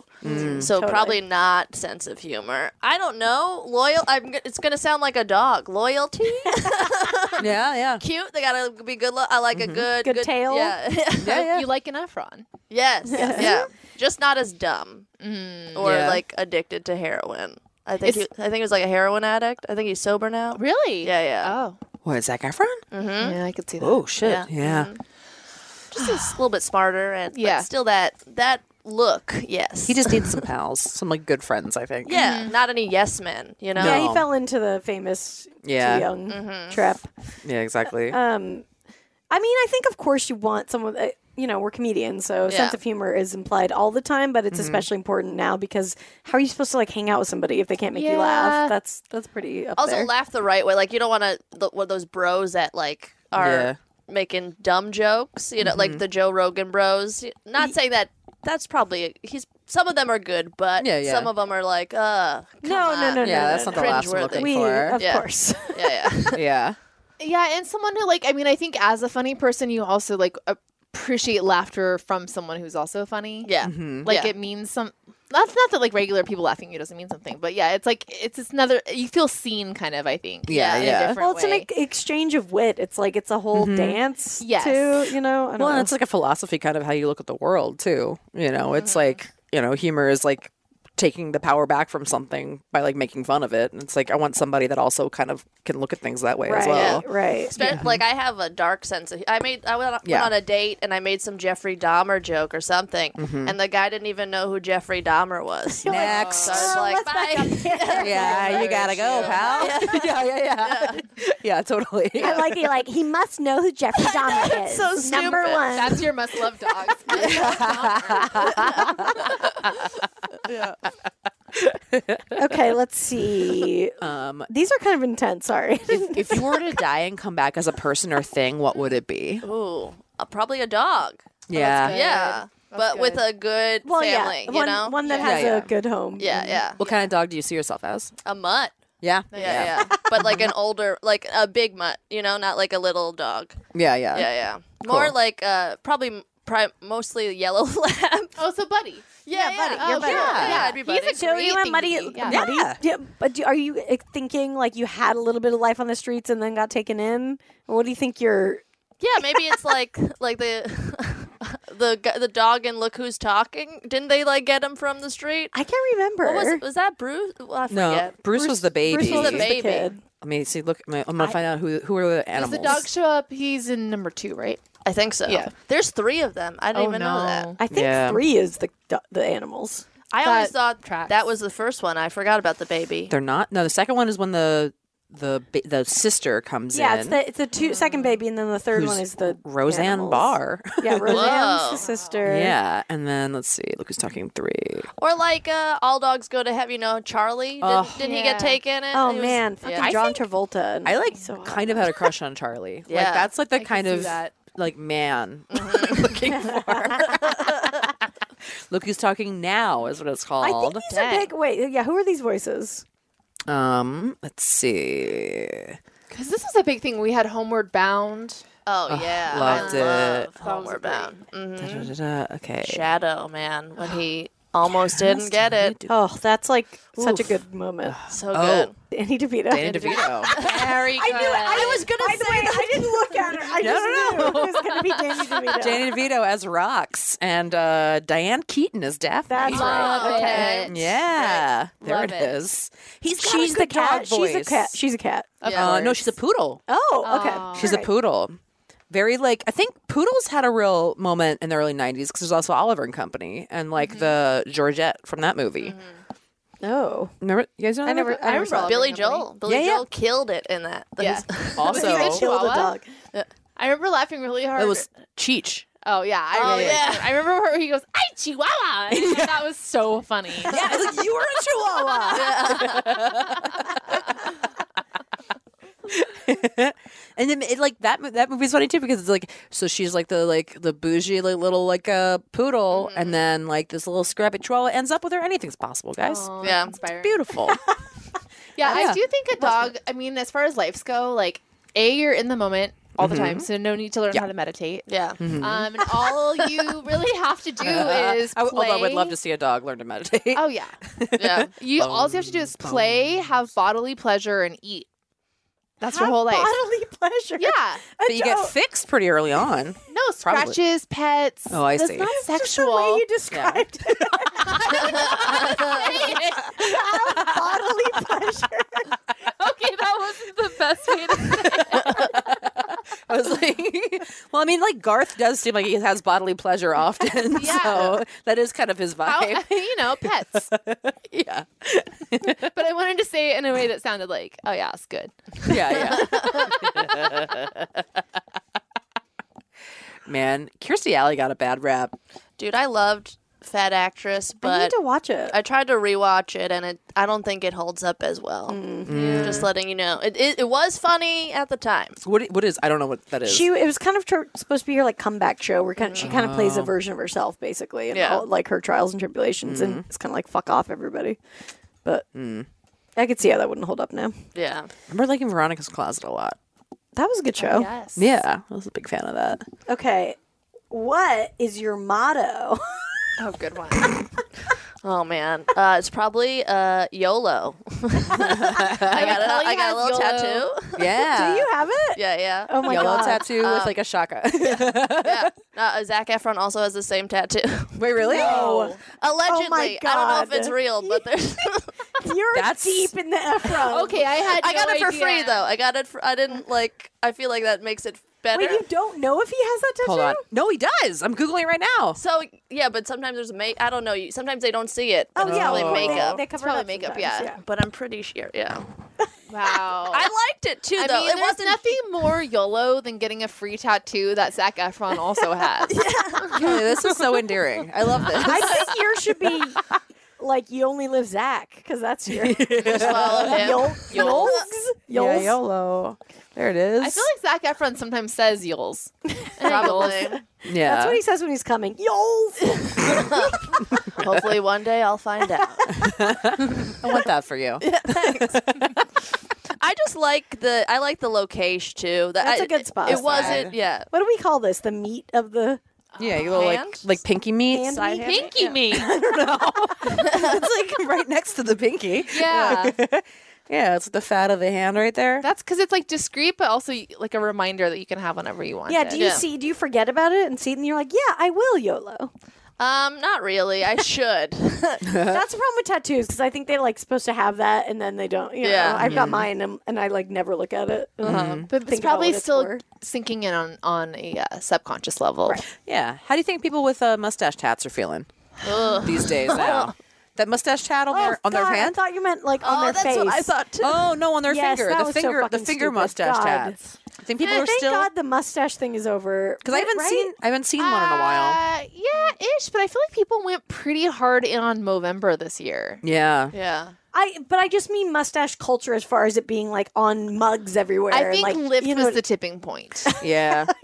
[SPEAKER 5] so probably not sense of humor. I don't know. Loyal. I'm. g- It's gonna sound like a dog. Loyalty.
[SPEAKER 2] yeah, yeah,
[SPEAKER 5] Cute. They gotta be good. Lo- I like a good,
[SPEAKER 1] Good tail.
[SPEAKER 5] Yeah.
[SPEAKER 2] yeah, yeah.
[SPEAKER 3] You like an Efron.
[SPEAKER 5] yes. Yeah. Just not as dumb or
[SPEAKER 2] Yeah.
[SPEAKER 5] like addicted to heroin. I think. He, I think he was like a heroin addict. I think he's sober now.
[SPEAKER 3] Really? Hmm?
[SPEAKER 5] Yeah, yeah.
[SPEAKER 3] Oh.
[SPEAKER 2] What is Zac Efron?
[SPEAKER 3] Yeah, I could see that.
[SPEAKER 2] Oh shit.
[SPEAKER 5] Mm-hmm. Yeah. Mm-hmm.
[SPEAKER 2] Yeah.
[SPEAKER 5] Just a s- little bit smarter and but
[SPEAKER 3] Yeah.
[SPEAKER 5] still that that look. Yes.
[SPEAKER 2] He just needs some pals, some like good friends, I think.
[SPEAKER 5] yeah, not any yes men. You know.
[SPEAKER 2] No.
[SPEAKER 1] Yeah, he fell into the famous
[SPEAKER 2] Yeah.
[SPEAKER 1] too young
[SPEAKER 3] Mm-hmm.
[SPEAKER 1] trap.
[SPEAKER 2] Yeah, exactly.
[SPEAKER 1] Um, I mean, I think of course you want someone. Uh, you know, we're comedians, so sense of humor is implied all the time, but it's
[SPEAKER 2] Mm-hmm.
[SPEAKER 1] especially important now because how are you supposed to like hang out with somebody if they can't make you
[SPEAKER 3] Yeah.
[SPEAKER 1] laugh? That's that's pretty up
[SPEAKER 5] Also,
[SPEAKER 1] there.
[SPEAKER 5] laugh the right way. Like you don't want to the, one of those bros that like are
[SPEAKER 2] Yeah. Mm-hmm.
[SPEAKER 5] making dumb jokes. You know, like the Joe Rogan bros. Not saying that. That's probably he's. Some of them are good, but
[SPEAKER 2] Yeah, yeah.
[SPEAKER 5] some of them are like, uh, come
[SPEAKER 1] No, no,
[SPEAKER 5] on.
[SPEAKER 1] no,
[SPEAKER 2] yeah,
[SPEAKER 1] no,
[SPEAKER 2] that's
[SPEAKER 1] no,
[SPEAKER 2] not the last one
[SPEAKER 5] Cringeworthy.
[SPEAKER 2] looking
[SPEAKER 1] we,
[SPEAKER 2] for.
[SPEAKER 1] of
[SPEAKER 5] Yeah.
[SPEAKER 1] course.
[SPEAKER 5] Yeah, yeah.
[SPEAKER 2] yeah.
[SPEAKER 3] Yeah, and someone who like I mean, I think as a funny person, you also like appreciate laughter from someone who's also funny.
[SPEAKER 5] Yeah.
[SPEAKER 2] Mm-hmm.
[SPEAKER 3] like
[SPEAKER 5] Yeah.
[SPEAKER 3] it means some. That's not that like regular people laughing at you doesn't mean something, but yeah, it's like it's it's another you feel seen kind of. I think.
[SPEAKER 2] Yeah,
[SPEAKER 3] in a
[SPEAKER 2] yeah.
[SPEAKER 3] different
[SPEAKER 1] Well, it's an
[SPEAKER 3] way.
[SPEAKER 1] ex- exchange of wit. It's like it's a whole dance,
[SPEAKER 3] Yes.
[SPEAKER 1] too. You know, I don't
[SPEAKER 2] Mm-hmm. Well,
[SPEAKER 1] know.
[SPEAKER 2] and it's like a philosophy kind of how you look at the world too. You know, it's like, you know, humor is like taking the power back from something by like making fun of it. And it's like I want somebody that also kind of can look at things that way
[SPEAKER 1] right,
[SPEAKER 2] as well.
[SPEAKER 1] right.
[SPEAKER 5] Spe- Like I have a dark sense of. I made. I went on, went
[SPEAKER 2] Yeah.
[SPEAKER 5] on a date and I made some Jeffrey Dahmer joke or something, and the guy didn't even know who Jeffrey Dahmer was.
[SPEAKER 2] Next.
[SPEAKER 5] So I was like, bye.
[SPEAKER 2] Yeah, you gotta go, pal. Yeah, yeah, yeah. Yeah, totally.
[SPEAKER 6] I like you. Like he must know who Jeffrey Dahmer is.
[SPEAKER 5] so stupid.
[SPEAKER 6] Number one.
[SPEAKER 3] That's your must love dogs.
[SPEAKER 1] okay, let's see.
[SPEAKER 2] Um,
[SPEAKER 1] These are kind of intense. Sorry.
[SPEAKER 2] if, if you were to die and come back as a person or thing, what would it be?
[SPEAKER 5] Ooh, uh, probably a dog.
[SPEAKER 2] Yeah.
[SPEAKER 5] Yeah, but with a good
[SPEAKER 1] well,
[SPEAKER 5] family.
[SPEAKER 1] yeah,
[SPEAKER 5] You
[SPEAKER 1] one,
[SPEAKER 5] know.
[SPEAKER 1] one that
[SPEAKER 2] Yeah,
[SPEAKER 1] has
[SPEAKER 2] yeah.
[SPEAKER 1] a good home.
[SPEAKER 5] yeah, yeah,
[SPEAKER 2] What kind of dog do you see yourself as?
[SPEAKER 5] a mutt.
[SPEAKER 2] Yeah.
[SPEAKER 5] Yeah, yeah, but like an older, like a big mutt. You know, not like a little dog.
[SPEAKER 2] Yeah, yeah.
[SPEAKER 5] Yeah, yeah. More
[SPEAKER 2] Cool.
[SPEAKER 5] like uh, probably pri- mostly yellow lab.
[SPEAKER 3] oh, so buddy.
[SPEAKER 5] Yeah, buddy.
[SPEAKER 3] Oh,
[SPEAKER 5] You're buddy.
[SPEAKER 3] sure.
[SPEAKER 5] Yeah.
[SPEAKER 3] Yeah.
[SPEAKER 5] Yeah, I'd be buddy.
[SPEAKER 3] He's a
[SPEAKER 1] So
[SPEAKER 3] great
[SPEAKER 1] you
[SPEAKER 3] thing
[SPEAKER 1] and
[SPEAKER 3] to
[SPEAKER 1] Muddy,
[SPEAKER 3] be. Yeah.
[SPEAKER 1] Muddy, yeah. But do, are you uh, thinking like you had a little bit of life on the streets and then got taken in? Or what do you think you're?
[SPEAKER 5] Yeah, maybe it's like like the the gu- the dog and look who's talking. Didn't they like get him from the street?
[SPEAKER 1] I can't remember.
[SPEAKER 5] What was it? was that Bruce? Well, I
[SPEAKER 2] No,
[SPEAKER 5] forget.
[SPEAKER 2] Bruce, was the baby.
[SPEAKER 1] Bruce was
[SPEAKER 5] He's
[SPEAKER 1] the
[SPEAKER 5] a
[SPEAKER 1] baby.
[SPEAKER 5] baby.
[SPEAKER 1] kid.
[SPEAKER 2] I mean, see, look, I'm gonna find out who who are the
[SPEAKER 3] Does
[SPEAKER 2] animals.
[SPEAKER 3] the dog show up? He's in number two, right?
[SPEAKER 5] I think so.
[SPEAKER 3] Yeah.
[SPEAKER 5] There's three of them. I didn't
[SPEAKER 3] oh
[SPEAKER 5] even
[SPEAKER 3] no.
[SPEAKER 5] know that.
[SPEAKER 1] I think
[SPEAKER 2] Yeah.
[SPEAKER 1] three is the du- the animals.
[SPEAKER 5] I always
[SPEAKER 3] That
[SPEAKER 5] thought
[SPEAKER 3] tracks.
[SPEAKER 5] that was the first one. I forgot about the baby.
[SPEAKER 2] They're not. No, the second one is when the the ba- the sister comes
[SPEAKER 1] Yeah,
[SPEAKER 2] in.
[SPEAKER 1] it's the it's the two second baby, and then the third
[SPEAKER 2] who's
[SPEAKER 1] one is the
[SPEAKER 2] Roseanne
[SPEAKER 1] animals.
[SPEAKER 2] Barr.
[SPEAKER 1] Yeah, Roseanne's
[SPEAKER 5] Whoa.
[SPEAKER 1] the sister.
[SPEAKER 2] yeah, and then let's see. Look who's talking. Three.
[SPEAKER 5] Or like uh, all dogs go to heaven. You know, Charlie. Didn't,
[SPEAKER 2] Oh.
[SPEAKER 5] didn't he get
[SPEAKER 3] Yeah.
[SPEAKER 5] taken? in?
[SPEAKER 1] Oh
[SPEAKER 5] He was-
[SPEAKER 1] man, fucking
[SPEAKER 5] yeah.
[SPEAKER 1] John Travolta. and-
[SPEAKER 2] I like
[SPEAKER 1] so hot.
[SPEAKER 2] kind of had a crush on Charlie.
[SPEAKER 5] Yeah.
[SPEAKER 2] like that's like the
[SPEAKER 3] can
[SPEAKER 2] kind
[SPEAKER 3] see
[SPEAKER 2] of
[SPEAKER 3] that.
[SPEAKER 2] like man I'm looking for. Look who's talking now is what it's
[SPEAKER 1] I think
[SPEAKER 2] called.
[SPEAKER 1] these are big. Wait, yeah, who are these voices?
[SPEAKER 2] Um, let's see.
[SPEAKER 3] Because this is a big thing. We had Homeward Bound.
[SPEAKER 5] Oh yeah,
[SPEAKER 2] loved it.
[SPEAKER 5] I love
[SPEAKER 3] That was great.
[SPEAKER 5] Homeward Bound. Mhm.
[SPEAKER 2] Da, da, da, da. Okay.
[SPEAKER 5] Shadow man, when he almost didn't get
[SPEAKER 2] What
[SPEAKER 5] it.
[SPEAKER 2] do-
[SPEAKER 1] Oh, that's like such a good moment.
[SPEAKER 5] So
[SPEAKER 2] Oh.
[SPEAKER 5] good.
[SPEAKER 1] Danny DeVito.
[SPEAKER 2] Danny DeVito.
[SPEAKER 3] Very good.
[SPEAKER 1] gonna By say the way, I didn't look at her. I just knew it was gonna be Danny DeVito.
[SPEAKER 2] Danny DeVito as Rocks, and uh, Diane Keaton as Daphne.
[SPEAKER 1] That's
[SPEAKER 3] Love
[SPEAKER 1] right.
[SPEAKER 3] okay. it.
[SPEAKER 2] Yeah, there
[SPEAKER 3] Love
[SPEAKER 2] it
[SPEAKER 3] it.
[SPEAKER 2] is. He's got
[SPEAKER 1] She's
[SPEAKER 2] a
[SPEAKER 1] the
[SPEAKER 2] good
[SPEAKER 1] cat.
[SPEAKER 2] dog voice.
[SPEAKER 1] She's a cat. She's a cat.
[SPEAKER 3] Of
[SPEAKER 5] Yeah.
[SPEAKER 2] Uh, no,
[SPEAKER 3] course.
[SPEAKER 2] she's a poodle.
[SPEAKER 1] Oh, okay.
[SPEAKER 3] Aw.
[SPEAKER 2] She's a
[SPEAKER 1] Alright.
[SPEAKER 2] poodle. Very like I think poodles had a real moment in the early '90s because there's also Oliver and Company and like the Georgette from that movie.
[SPEAKER 1] No.
[SPEAKER 2] Remember you guys know?
[SPEAKER 1] I
[SPEAKER 2] that?
[SPEAKER 1] never. I never saw.
[SPEAKER 5] Billy Joel. Billy
[SPEAKER 2] Yeah, yeah.
[SPEAKER 5] Joel killed it in that.
[SPEAKER 3] Yeah.
[SPEAKER 1] it.
[SPEAKER 2] Also,
[SPEAKER 3] Chihuahua?
[SPEAKER 1] Killed a dog.
[SPEAKER 3] I remember laughing really hard.
[SPEAKER 2] it was Cheech.
[SPEAKER 3] Oh yeah, I
[SPEAKER 5] Oh,
[SPEAKER 3] really
[SPEAKER 5] yeah.
[SPEAKER 3] I remember where he goes, "Ay Chihuahua!" And That was so funny.
[SPEAKER 2] Yeah, it's like you were a Chihuahua. and then it like that mo- that movie's funny too because it's like so she's like the like the bougie like, little like uh, poodle
[SPEAKER 3] Mm-hmm.
[SPEAKER 2] and then like this little scrappy chihuahua ends up with her anything's possible guys
[SPEAKER 3] Aw,
[SPEAKER 5] Yeah.
[SPEAKER 3] Oh, that's inspiring.
[SPEAKER 2] beautiful
[SPEAKER 3] Yeah,
[SPEAKER 2] Yeah.
[SPEAKER 3] I do think a dog. I mean, as far as lives go, like a you're in the moment all
[SPEAKER 2] Mm-hmm.
[SPEAKER 3] the time, so no need to learn how to meditate.
[SPEAKER 5] Yeah.
[SPEAKER 3] Um, and all you really have to do is
[SPEAKER 2] I,
[SPEAKER 3] play.
[SPEAKER 2] w- although I would love to see a dog learn to meditate
[SPEAKER 3] Oh yeah,
[SPEAKER 5] Yeah.
[SPEAKER 3] you all you have to do is play, have bodily pleasure, and eat. That's your whole life.
[SPEAKER 1] Bodily pleasure.
[SPEAKER 3] yeah,
[SPEAKER 2] but you get fixed pretty early on
[SPEAKER 3] no
[SPEAKER 2] Probably.
[SPEAKER 3] scratches, pets.
[SPEAKER 2] Oh, I
[SPEAKER 3] That's
[SPEAKER 2] see.
[SPEAKER 3] Not
[SPEAKER 2] It's
[SPEAKER 3] sexual.
[SPEAKER 1] Just the way you described it. bodily pleasure.
[SPEAKER 3] okay, that wasn't the best way to say it.
[SPEAKER 2] I was like Well, I mean, like Garth does seem like he has bodily pleasure often, so that is kind of his vibe.
[SPEAKER 3] How, you know, pets.
[SPEAKER 2] yeah,
[SPEAKER 3] But I wanted to say it in a way that sounded like, oh yeah, it's good.
[SPEAKER 2] yeah, yeah. Man, Kirstie Alley got a bad rap.
[SPEAKER 5] Dude, I loved Fat Actress, but
[SPEAKER 1] I need to watch it.
[SPEAKER 5] I tried to rewatch it, and it I don't think it holds up as well.
[SPEAKER 2] Mm.
[SPEAKER 5] Just letting you know, it, it it was funny at the time.
[SPEAKER 2] What? What is? I don't know what that is.
[SPEAKER 1] she it was kind of tr- supposed to be her like comeback show where kind of, she kind of plays a version of herself basically and
[SPEAKER 5] Yeah.
[SPEAKER 1] all, like her trials and tribulations and it's kind of like fuck off everybody but i could see how that wouldn't hold up now
[SPEAKER 5] Yeah,
[SPEAKER 2] I remember liking Veronica's Closet a lot.
[SPEAKER 1] that was a good show
[SPEAKER 3] Yes.
[SPEAKER 2] Yeah, I was a big fan of that.
[SPEAKER 1] okay what is your motto
[SPEAKER 3] Oh, good one.
[SPEAKER 5] Oh man, uh, it's probably uh, YOLO. I got a, I got a little
[SPEAKER 3] has YOLO.
[SPEAKER 5] tattoo.
[SPEAKER 2] Yeah.
[SPEAKER 1] do you have it
[SPEAKER 5] Yeah, yeah,
[SPEAKER 1] oh my
[SPEAKER 2] Yellow
[SPEAKER 1] god
[SPEAKER 2] tattoo with like a um, shaka.
[SPEAKER 5] yeah. Uh, Zach Efron also has the same tattoo.
[SPEAKER 2] Wait, really? Oh,
[SPEAKER 1] No.
[SPEAKER 5] Allegedly, I don't know if
[SPEAKER 1] God.
[SPEAKER 5] it's real, but there's.
[SPEAKER 1] you're
[SPEAKER 2] That's-
[SPEAKER 1] deep in the Efron.
[SPEAKER 3] Okay, I had.
[SPEAKER 5] I got
[SPEAKER 3] no
[SPEAKER 5] it for free
[SPEAKER 3] idea.
[SPEAKER 5] though. I got it. For, I didn't like. I feel like that makes it better.
[SPEAKER 1] wait you don't know if he has that tattoo
[SPEAKER 2] Hold on. No, he does. I'm googling it right now.
[SPEAKER 5] So yeah, but sometimes there's make. I don't know. You sometimes they don't see it. But
[SPEAKER 1] oh
[SPEAKER 5] it's
[SPEAKER 1] yeah
[SPEAKER 5] probably
[SPEAKER 1] well, they-
[SPEAKER 5] makeup.
[SPEAKER 1] they, cover
[SPEAKER 3] It's probably
[SPEAKER 1] it up
[SPEAKER 3] makeup,
[SPEAKER 1] sometimes,
[SPEAKER 3] yeah.
[SPEAKER 5] but I'm pretty sure. Yeah,
[SPEAKER 3] Wow.
[SPEAKER 5] I liked it too,
[SPEAKER 3] I
[SPEAKER 5] though.
[SPEAKER 3] mean,
[SPEAKER 5] it
[SPEAKER 3] there's
[SPEAKER 5] wasn't.
[SPEAKER 3] nothing more YOLO than getting a free tattoo that Zach Efron also has.
[SPEAKER 2] Okay, this is so endearing. I love this.
[SPEAKER 1] I think yours should be like you only live Zach because that's your
[SPEAKER 5] Just follow him.
[SPEAKER 1] Yol-
[SPEAKER 5] Yols.
[SPEAKER 1] Yolks. Yols.
[SPEAKER 2] YOLO. There it is.
[SPEAKER 3] I feel like Zach Efron sometimes says Yoles.
[SPEAKER 5] Probably.
[SPEAKER 2] yeah.
[SPEAKER 1] That's what he says when he's coming. Yols.
[SPEAKER 5] Hopefully, one day I'll find out.
[SPEAKER 2] I want that for you.
[SPEAKER 5] I just like the. I like the location too. That
[SPEAKER 1] That's
[SPEAKER 5] I-
[SPEAKER 1] a good spot.
[SPEAKER 5] It wasn't. Yeah.
[SPEAKER 1] What do we call this? The meat of the
[SPEAKER 2] Yeah, you little
[SPEAKER 5] Hand?
[SPEAKER 2] like like pinky meat.
[SPEAKER 1] hand
[SPEAKER 5] Side
[SPEAKER 1] meat?
[SPEAKER 5] hand?
[SPEAKER 3] Pinky me.
[SPEAKER 2] it's like right next to the pinky.
[SPEAKER 3] Yeah.
[SPEAKER 2] Yeah, it's the fat of the hand right there.
[SPEAKER 3] That's because it's like discreet, but also like a reminder that you can have whenever you want.
[SPEAKER 1] Yeah.
[SPEAKER 3] it.
[SPEAKER 1] Do you see? Do you forget about it and see it, and you're like, yeah, I will YOLO.
[SPEAKER 5] Um. Not really. I should. Uh-huh.
[SPEAKER 1] That's the problem with tattoos because I think they're like supposed to have that, and then they don't. You
[SPEAKER 5] Yeah. Uh-huh.
[SPEAKER 1] Know, I've
[SPEAKER 2] Mm-hmm.
[SPEAKER 1] got mine, and, and I like never look at it.
[SPEAKER 3] But it's
[SPEAKER 1] Think about
[SPEAKER 3] probably
[SPEAKER 1] what it's
[SPEAKER 3] still
[SPEAKER 1] for.
[SPEAKER 3] sinking in on on a uh, subconscious level.
[SPEAKER 2] Yeah. How do you think people with uh, mustache tats are feeling these days now? that mustache tat on
[SPEAKER 1] Oh,
[SPEAKER 2] their on their
[SPEAKER 1] God, I
[SPEAKER 2] hand?
[SPEAKER 1] thought you meant like on
[SPEAKER 5] oh,
[SPEAKER 1] their
[SPEAKER 5] that's
[SPEAKER 1] face.
[SPEAKER 5] what I thought too.
[SPEAKER 2] Oh no, on their
[SPEAKER 1] Yes,
[SPEAKER 2] finger.
[SPEAKER 1] that
[SPEAKER 2] The
[SPEAKER 1] was so
[SPEAKER 2] finger the
[SPEAKER 1] fucking
[SPEAKER 2] finger
[SPEAKER 1] stupid.
[SPEAKER 2] mustache
[SPEAKER 1] God.
[SPEAKER 2] tats. I think people
[SPEAKER 1] Yeah,
[SPEAKER 2] are
[SPEAKER 1] thank
[SPEAKER 2] still
[SPEAKER 1] God the mustache thing is over.
[SPEAKER 2] because I haven't seen I haven't seen one in
[SPEAKER 1] Ah.
[SPEAKER 2] a while.
[SPEAKER 3] Uh, yeah, ish. But I feel like people went pretty hard in on Movember this year.
[SPEAKER 2] Yeah.
[SPEAKER 5] Yeah.
[SPEAKER 1] I, but I just mean mustache culture as far as it being like on mugs everywhere.
[SPEAKER 3] I
[SPEAKER 1] and,
[SPEAKER 3] think
[SPEAKER 1] like,
[SPEAKER 3] Lyft
[SPEAKER 1] you know,
[SPEAKER 3] was the tipping point.
[SPEAKER 2] Yeah.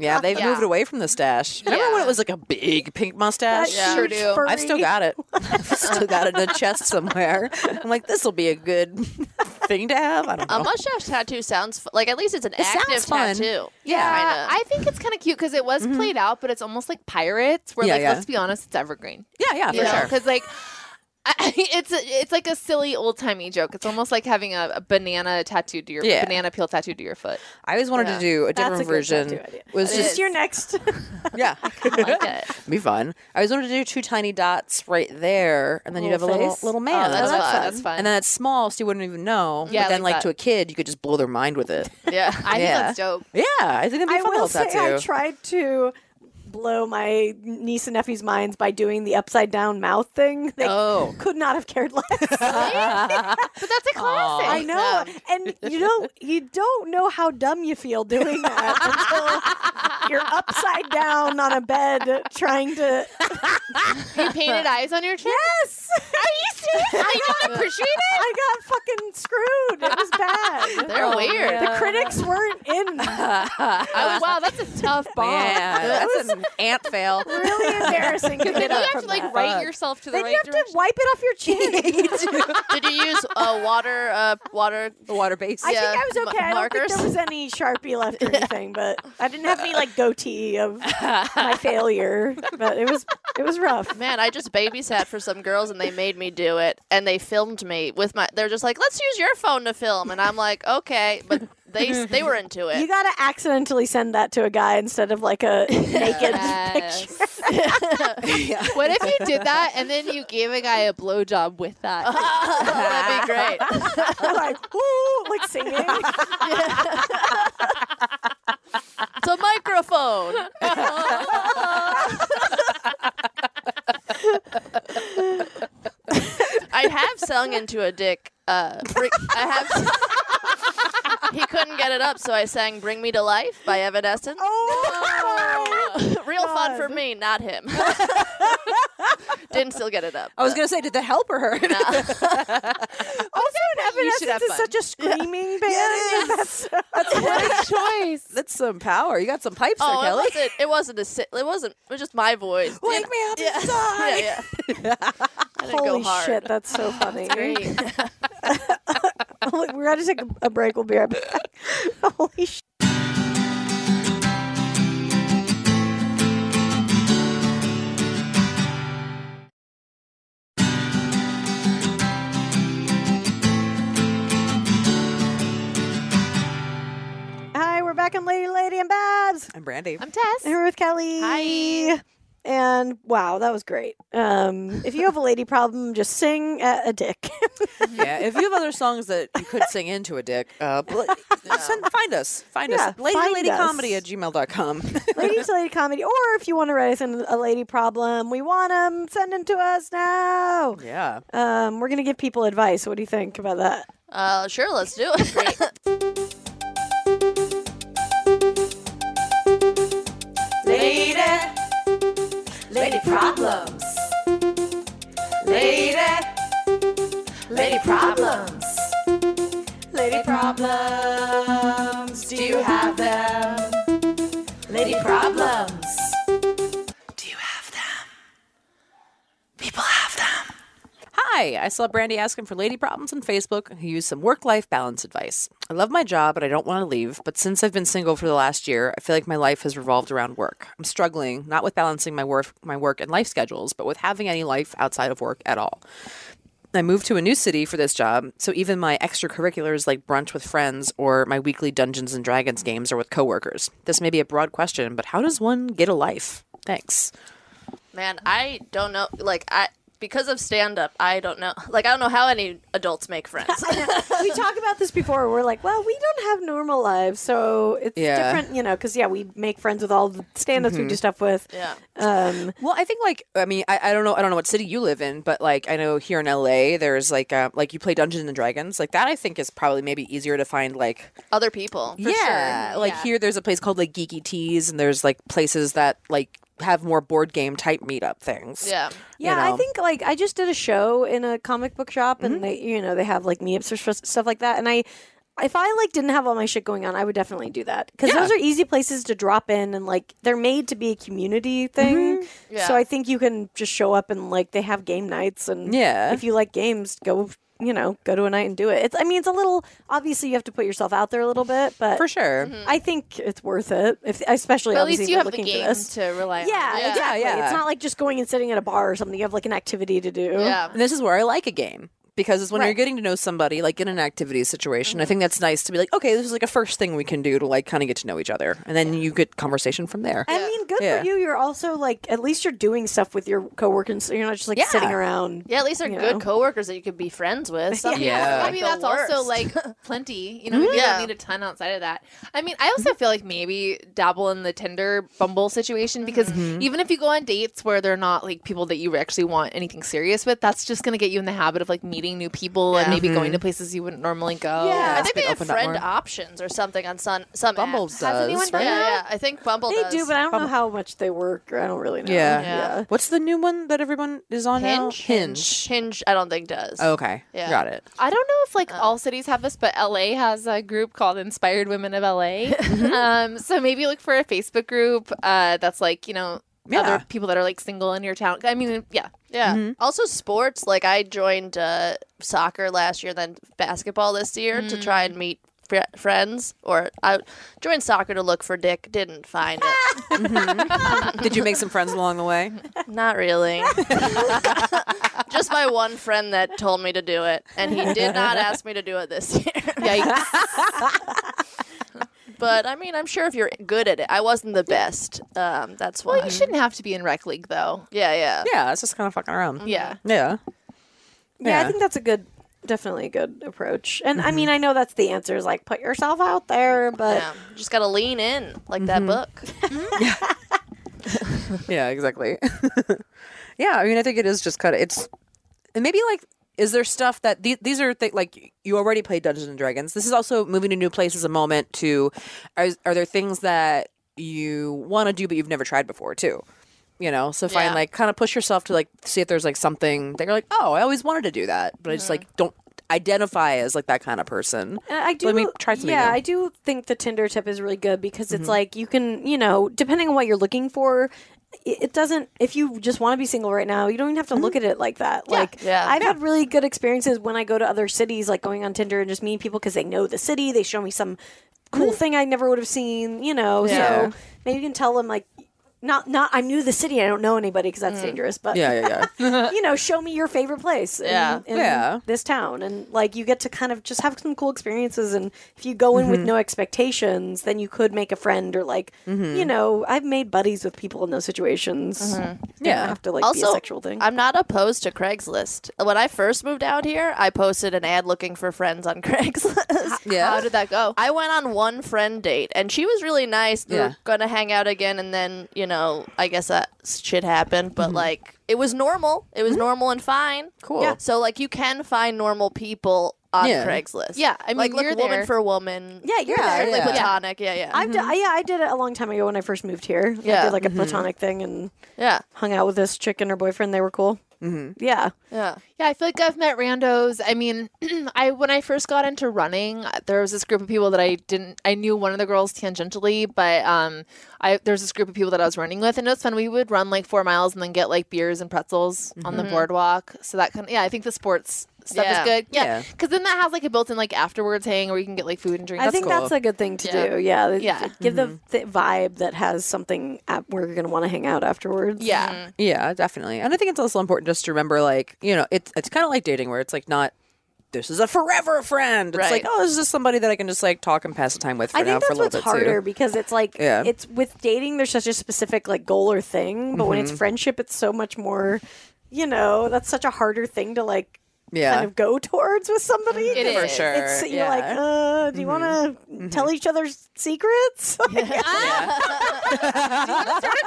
[SPEAKER 2] Yeah, they've
[SPEAKER 3] Yeah.
[SPEAKER 2] moved away from the stash. Remember when it was like a big pink mustache?
[SPEAKER 1] That
[SPEAKER 3] Sure
[SPEAKER 1] huge
[SPEAKER 3] do.
[SPEAKER 1] furry-
[SPEAKER 2] I've still got it. I've still got it in a chest somewhere. I'm like, this will be a good thing to have. I don't know.
[SPEAKER 5] A mustache tattoo sounds fu- like at least it's an active
[SPEAKER 2] sounds fun.
[SPEAKER 5] tattoo.
[SPEAKER 3] Yeah,
[SPEAKER 5] Kinda.
[SPEAKER 3] Uh, I think it's kind of cute because it was played out, but it's almost like pirates. Where
[SPEAKER 2] Yeah,
[SPEAKER 3] like,
[SPEAKER 2] yeah.
[SPEAKER 3] let's be honest, it's evergreen.
[SPEAKER 2] yeah, yeah, for
[SPEAKER 3] you know?
[SPEAKER 2] sure.
[SPEAKER 3] Because like, I, it's a, it's like a silly old timey joke. It's almost like having a, a banana tattooed to your
[SPEAKER 2] Yeah.
[SPEAKER 3] banana peel tattooed to your foot.
[SPEAKER 2] I always wanted to do a
[SPEAKER 1] That's
[SPEAKER 2] different
[SPEAKER 1] a good
[SPEAKER 2] version.
[SPEAKER 1] tattoo idea.
[SPEAKER 2] Was
[SPEAKER 1] Is
[SPEAKER 2] just
[SPEAKER 1] this your next?
[SPEAKER 2] yeah,
[SPEAKER 3] I like it.
[SPEAKER 2] be fun. I always wanted to do two tiny dots right there, and then you'd have a little
[SPEAKER 1] face?
[SPEAKER 2] little
[SPEAKER 3] Oh,
[SPEAKER 2] man.
[SPEAKER 3] that's,
[SPEAKER 1] that's
[SPEAKER 3] fun.
[SPEAKER 1] fun.
[SPEAKER 3] That's fun.
[SPEAKER 2] and then it's small, so you wouldn't even know.
[SPEAKER 3] Yeah, I
[SPEAKER 2] but then,
[SPEAKER 3] like
[SPEAKER 2] like, to
[SPEAKER 3] that.
[SPEAKER 2] a kid, you could just blow their mind with it.
[SPEAKER 5] yeah.
[SPEAKER 3] I
[SPEAKER 2] yeah.
[SPEAKER 3] think that's dope.
[SPEAKER 2] yeah, I think that'd be a
[SPEAKER 1] I
[SPEAKER 2] fun
[SPEAKER 1] will
[SPEAKER 2] little
[SPEAKER 1] say
[SPEAKER 2] tattoo.
[SPEAKER 1] I tried to blow my niece and nephew's minds by doing the upside down mouth thing. They
[SPEAKER 2] Oh.
[SPEAKER 1] could not have cared less.
[SPEAKER 3] But that's a classic.
[SPEAKER 1] I know, and you know, you don't know how dumb you feel doing that until you're upside down on a bed trying to.
[SPEAKER 3] You painted eyes on your chest.
[SPEAKER 1] Yes,
[SPEAKER 3] Are you serious? I don't appreciate it.
[SPEAKER 1] I got fucking screwed. It was bad.
[SPEAKER 5] They're
[SPEAKER 2] Oh,
[SPEAKER 5] weird.
[SPEAKER 1] The critics weren't in
[SPEAKER 3] Oh, wow, that's a tough bomb.
[SPEAKER 2] yeah, that's an ant fail.
[SPEAKER 1] really embarrassing to
[SPEAKER 3] Then
[SPEAKER 1] get
[SPEAKER 3] you
[SPEAKER 1] up
[SPEAKER 3] have
[SPEAKER 1] from
[SPEAKER 3] to like
[SPEAKER 1] that.
[SPEAKER 3] right yourself to the
[SPEAKER 1] Then
[SPEAKER 3] right
[SPEAKER 1] you have
[SPEAKER 3] direction.
[SPEAKER 1] to wipe it off your chin.
[SPEAKER 5] Did you use uh, water? Uh, water.
[SPEAKER 2] The water base.
[SPEAKER 1] I
[SPEAKER 5] Yeah,
[SPEAKER 1] think I was
[SPEAKER 5] ma-
[SPEAKER 1] okay. I don't think
[SPEAKER 5] markers.
[SPEAKER 1] there was any Sharpie left or anything, but I didn't have any like goatee of my failure. But it was it was rough.
[SPEAKER 5] Man, I just babysat for some girls and they made me do it and they filmed me with my. They're just like, let's use your phone to film, and I'm like, okay, but they s- they were into
[SPEAKER 1] You
[SPEAKER 5] it.
[SPEAKER 1] gotta accidentally send that to a guy instead of like a naked picture.
[SPEAKER 3] Yes. What if you did that and then you gave a guy a blowjob with that?
[SPEAKER 5] That'd be great.
[SPEAKER 1] like woo, like singing.
[SPEAKER 5] It's a microphone. alone. I have sung into a dick. Uh, bring, I have. he couldn't get it up, so I sang "Bring Me to Life" by Evanescence. Real fun for me, not him. Didn't still get it up.
[SPEAKER 2] I was gonna say, did that help or hurt?
[SPEAKER 1] also, an
[SPEAKER 3] should have
[SPEAKER 1] Evanescence is
[SPEAKER 3] fun.
[SPEAKER 1] such a screaming band. That's-
[SPEAKER 3] What a choice.
[SPEAKER 2] That's some power. You got some pipes there,
[SPEAKER 5] Oh, it
[SPEAKER 2] Kelly.
[SPEAKER 5] wasn't. It wasn't a. Si- it wasn't. It was just my voice.
[SPEAKER 2] Wake me up
[SPEAKER 5] yeah.
[SPEAKER 2] inside.
[SPEAKER 5] Yeah, yeah. I didn't
[SPEAKER 1] Holy
[SPEAKER 5] go hard.
[SPEAKER 1] shit, that's so funny.
[SPEAKER 5] Great.
[SPEAKER 1] We're going to take a- a break. We'll be right back. Holy shit. Hi, we're back on Lady Lady and Babs.
[SPEAKER 2] I'm Brandy.
[SPEAKER 3] I'm Tess.
[SPEAKER 1] And we're with Kelly. Hi. And wow, that was great. Um, if you have a lady problem, just sing at a dick.
[SPEAKER 2] yeah. If you have other songs that you could sing into a dick, uh, bl- send, find us. Find
[SPEAKER 1] Yeah,
[SPEAKER 2] us. Lady
[SPEAKER 1] find
[SPEAKER 2] Lady
[SPEAKER 1] us.
[SPEAKER 2] Comedy at gmail.com.
[SPEAKER 1] Ladies Lady Comedy. Or if you want to write us in a lady problem, we want them. Send them to us now.
[SPEAKER 2] yeah.
[SPEAKER 1] Um, we're going to give people advice. What do you think about that?
[SPEAKER 5] Uh, sure, let's do it.
[SPEAKER 1] Lady.
[SPEAKER 6] Lady problems. Lady. Lady problems. Lady problems. Do you have them? Lady problems.
[SPEAKER 2] Hi, I saw Brandy asking for lady problems on Facebook and he used some work life balance advice. I love my job, but I don't want to leave. But since I've been single for the last year, I feel like my life has revolved around work. I'm struggling, not with balancing my work, my work and life schedules, but with having any life outside of work at all. I moved to a new city for this job, so even my extracurriculars like brunch with friends or my weekly Dungeons and Dragons games are with coworkers. This may be a broad question, but how does one get a life? Thanks.
[SPEAKER 5] Man, I don't know. Like I. Because of stand up, I don't know. Like, I don't know how any adults make friends.
[SPEAKER 1] we talked about this before. We're like, well, we don't have normal lives. So it's
[SPEAKER 2] Yeah.
[SPEAKER 1] different, you know, because, yeah, we make friends with all the stand ups we do stuff with.
[SPEAKER 5] yeah.
[SPEAKER 1] Um,
[SPEAKER 2] Well, I think like I mean I, I don't know I don't know what city you live in, but like I know here in LA there's like uh, like you play Dungeons and Dragons like that I think is probably maybe easier to find like
[SPEAKER 5] Other people. For
[SPEAKER 2] yeah
[SPEAKER 5] Sure.
[SPEAKER 2] like here there's a place called like Geeky Teas and there's like places that like have more board game type meetup things.
[SPEAKER 5] Yeah.
[SPEAKER 2] you
[SPEAKER 1] Yeah, I
[SPEAKER 2] know?
[SPEAKER 1] think like I just did a show in a comic book shop, and they, you know, they have like meetups or s- stuff like that. And I, if I like didn't have all my shit going on, I would definitely do that because
[SPEAKER 2] Yeah.
[SPEAKER 1] those are easy places to drop in, and like they're made to be a community thing.
[SPEAKER 5] Yeah.
[SPEAKER 1] So I think you can just show up and like they have game nights, and
[SPEAKER 2] Yeah.
[SPEAKER 1] if you like games, go you know go to a night and do it. It's I mean it's a little obviously you have to put yourself out there a little bit, but
[SPEAKER 2] for sure.
[SPEAKER 5] Mm-hmm.
[SPEAKER 1] I think it's worth it. If especially
[SPEAKER 3] But at
[SPEAKER 1] obviously
[SPEAKER 3] least
[SPEAKER 1] if
[SPEAKER 3] you
[SPEAKER 1] you're
[SPEAKER 3] have the
[SPEAKER 1] looking for
[SPEAKER 3] game
[SPEAKER 1] this.
[SPEAKER 3] to rely on.
[SPEAKER 1] Yeah, exactly.
[SPEAKER 2] yeah.
[SPEAKER 1] It's not like just going and sitting at a bar or something. You have like an activity to do.
[SPEAKER 5] Yeah.
[SPEAKER 2] And this is where I like a game because it's when you're getting to know somebody like in an activity situation. I
[SPEAKER 5] Mm-hmm.
[SPEAKER 2] think that's nice to be like okay this is like a first thing we can do to like kind of get to know each other and then you get conversation from there.
[SPEAKER 1] I mean, good
[SPEAKER 2] Yeah.
[SPEAKER 1] for you. You're also like at least you're doing stuff with your coworkers. So you're not just like
[SPEAKER 2] Yeah.
[SPEAKER 1] sitting around.
[SPEAKER 5] Yeah, at least they're
[SPEAKER 1] You
[SPEAKER 5] good
[SPEAKER 1] know.
[SPEAKER 5] coworkers that you could be friends with. Some people are,
[SPEAKER 2] Yeah.
[SPEAKER 5] like,
[SPEAKER 3] I mean,
[SPEAKER 5] the
[SPEAKER 3] that's
[SPEAKER 5] worst.
[SPEAKER 3] also like plenty. You know, you
[SPEAKER 5] Yeah.
[SPEAKER 3] don't need a ton outside of that. I mean, I also feel like maybe dabble in the Tinder Bumble
[SPEAKER 5] Mm-hmm.
[SPEAKER 3] situation because
[SPEAKER 2] Mm-hmm.
[SPEAKER 3] even if you go on dates where they're not like people that you actually want anything serious with, that's just going to get you in the habit of like meeting new people and maybe
[SPEAKER 5] Mm-hmm.
[SPEAKER 3] going to places you wouldn't normally go.
[SPEAKER 5] I think
[SPEAKER 2] been
[SPEAKER 5] they have
[SPEAKER 2] opened up
[SPEAKER 5] friend
[SPEAKER 2] more.
[SPEAKER 5] options or something on some some
[SPEAKER 2] Bumble
[SPEAKER 5] apps.
[SPEAKER 2] does. anyone
[SPEAKER 5] Yeah, yeah. I think Bumble
[SPEAKER 1] They
[SPEAKER 5] does.
[SPEAKER 1] do, but I don't know how much they work. I don't really know.
[SPEAKER 2] Yeah.
[SPEAKER 5] Yeah.
[SPEAKER 2] What's the new one that everyone is on now? Hinge. Oh,
[SPEAKER 5] Hinge, I don't think does.
[SPEAKER 2] Okay.
[SPEAKER 5] Yeah.
[SPEAKER 2] Got it.
[SPEAKER 3] I don't know if like
[SPEAKER 2] Oh.
[SPEAKER 3] all cities have this, but LA has a group called Inspired Women of LA.
[SPEAKER 2] Mm-hmm.
[SPEAKER 3] um, so maybe look for a Facebook group uh, that's like you know
[SPEAKER 2] Yeah.
[SPEAKER 3] other people that are like single in your town. I mean, yeah,
[SPEAKER 5] Yeah.
[SPEAKER 3] Mm-hmm.
[SPEAKER 5] Also, sports. Like I joined uh, soccer last year, then basketball this year to try
[SPEAKER 3] Mm.
[SPEAKER 5] and meet fr- friends. Or I joined soccer to look for dick. Didn't find it.
[SPEAKER 2] Did you make some friends along the way?
[SPEAKER 5] Not really. Just my one friend that told me to do it, and he did not ask me to do it this year.
[SPEAKER 3] yikes.
[SPEAKER 5] But I mean, I'm sure if you're good at it, I wasn't the best. Um, that's why.
[SPEAKER 3] well, you shouldn't have to be in rec league though.
[SPEAKER 5] Yeah, yeah.
[SPEAKER 2] Yeah, it's just kind of fucking around.
[SPEAKER 3] Yeah.
[SPEAKER 1] Yeah,
[SPEAKER 2] Yeah.
[SPEAKER 1] Mm-hmm. I think that's a good definitely a good approach. And I mean, I know that's the answer is like put yourself out there, but
[SPEAKER 5] Yeah. You Just gotta lean in like that
[SPEAKER 3] Mm-hmm.
[SPEAKER 5] book.
[SPEAKER 2] Yeah, exactly. yeah, I mean, I think it is just kind of it's and maybe like is there stuff that the, these are th- like you already played Dungeons and Dragons. This is also moving to new places a moment to are, are there things that you want to do but you've never tried before too. You know, so find
[SPEAKER 5] Yeah.
[SPEAKER 2] like kind of push yourself to like see if there's like something that you're like, oh, I always wanted to do that, but I just like don't identify as like that kind of person.
[SPEAKER 1] And I do.
[SPEAKER 2] Let me try something
[SPEAKER 1] yeah,
[SPEAKER 2] new. Mm-hmm.
[SPEAKER 1] I do think the Tinder tip is really good because it's like you can, you know, depending on what you're looking for. It it doesn't. If you just want to be single right now, you don't even have to look at
[SPEAKER 2] Mm-hmm.
[SPEAKER 1] it like that. Like
[SPEAKER 5] Yeah.
[SPEAKER 1] I've had really good experiences when I go to other cities, like going on Tinder and just meeting people because they know the city. They show me some cool thing I never would have seen. You know,
[SPEAKER 2] Mm-hmm. Yeah.
[SPEAKER 1] so maybe you can tell them like. Not, not. I'm new to the city. I don't know anybody because
[SPEAKER 2] Mm.
[SPEAKER 1] that's dangerous. But
[SPEAKER 2] Yeah, yeah, yeah.
[SPEAKER 1] you know, show me your favorite place. in-
[SPEAKER 5] Yeah.
[SPEAKER 1] in
[SPEAKER 2] Yeah.
[SPEAKER 1] This town. And like you get to kind of just have some cool experiences. And if you go in with
[SPEAKER 2] Mm-hmm.
[SPEAKER 1] no expectations, then you could make a friend or like,
[SPEAKER 2] Mm-hmm.
[SPEAKER 1] you know, I've made buddies with people in those situations.
[SPEAKER 2] Yeah.
[SPEAKER 1] Have to like be a
[SPEAKER 5] Mm-hmm. Also,
[SPEAKER 1] sexual thing.
[SPEAKER 5] I'm not opposed to Craigslist. When I first moved out here, I posted an ad looking for friends on Craigslist.
[SPEAKER 2] Yeah.
[SPEAKER 3] How did that go?
[SPEAKER 5] I went on one friend date, and she was really nice. We
[SPEAKER 2] Yeah.
[SPEAKER 5] were gonna hang out again, and then you know, I guess that shit happened. But like, it was normal. It was normal and fine.
[SPEAKER 2] Cool. Yeah.
[SPEAKER 5] So like, you can find normal people on
[SPEAKER 2] Yeah.
[SPEAKER 5] Craigslist.
[SPEAKER 3] Yeah, I mean,
[SPEAKER 5] like look
[SPEAKER 3] you're
[SPEAKER 5] woman
[SPEAKER 3] there.
[SPEAKER 5] for woman.
[SPEAKER 1] yeah, you're
[SPEAKER 2] Yeah,
[SPEAKER 1] there.
[SPEAKER 5] Like
[SPEAKER 2] yeah. Mm-hmm.
[SPEAKER 5] platonic. Yeah, yeah,
[SPEAKER 1] I've done, yeah, I did it a long time ago when I first moved here. I
[SPEAKER 5] Yeah.
[SPEAKER 1] did like a platonic thing and
[SPEAKER 5] yeah,
[SPEAKER 1] hung out with this chick and her boyfriend. They were cool. Mm-hmm. Yeah.
[SPEAKER 5] yeah.
[SPEAKER 3] Yeah, I feel like I've met randos. I mean, I when I first got into running, uh, there was this group of people that I didn't. I knew one of the girls tangentially, but um, I there's this group of people that I was running with, and it was fun. We would run like four miles and then get like beers and pretzels on the boardwalk. So that kind of yeah, I think the sports stuff
[SPEAKER 5] Yeah.
[SPEAKER 3] is good.
[SPEAKER 2] Yeah.
[SPEAKER 3] Yeah, because then that has like a built-in like afterwards hang where you can get like food and drink.
[SPEAKER 1] I think
[SPEAKER 2] cool. Mm-hmm.
[SPEAKER 1] that's a good thing to
[SPEAKER 3] Yeah.
[SPEAKER 1] do. Yeah.
[SPEAKER 3] Yeah.
[SPEAKER 1] Give the th- vibe that has something at where you're going to want to hang out afterwards.
[SPEAKER 3] yeah.
[SPEAKER 2] Yeah, definitely. And I think it's also important just to remember, like, you know, it's it's kind of like dating where it's like not this is a forever friend. It's
[SPEAKER 5] Right.
[SPEAKER 2] like, oh, this is just somebody that I can just like talk and pass the time with for
[SPEAKER 1] I think
[SPEAKER 2] now
[SPEAKER 1] that's
[SPEAKER 2] for a little
[SPEAKER 1] what's
[SPEAKER 2] bit
[SPEAKER 1] harder
[SPEAKER 2] too.
[SPEAKER 1] because it's like
[SPEAKER 2] Yeah.
[SPEAKER 1] it's with dating there's such a specific like goal or thing, but when
[SPEAKER 2] Mm-hmm.
[SPEAKER 1] it's friendship it's so much more you know, that's such a harder thing to like
[SPEAKER 2] Yeah.
[SPEAKER 1] kind of go towards with somebody.
[SPEAKER 3] It
[SPEAKER 1] 'cause
[SPEAKER 3] is. For
[SPEAKER 2] sure,
[SPEAKER 1] It's you're
[SPEAKER 2] yeah. Mm-hmm.
[SPEAKER 1] like, uh, do you wanna tell each other secrets?
[SPEAKER 3] start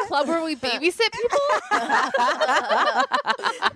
[SPEAKER 3] a club where we babysit people.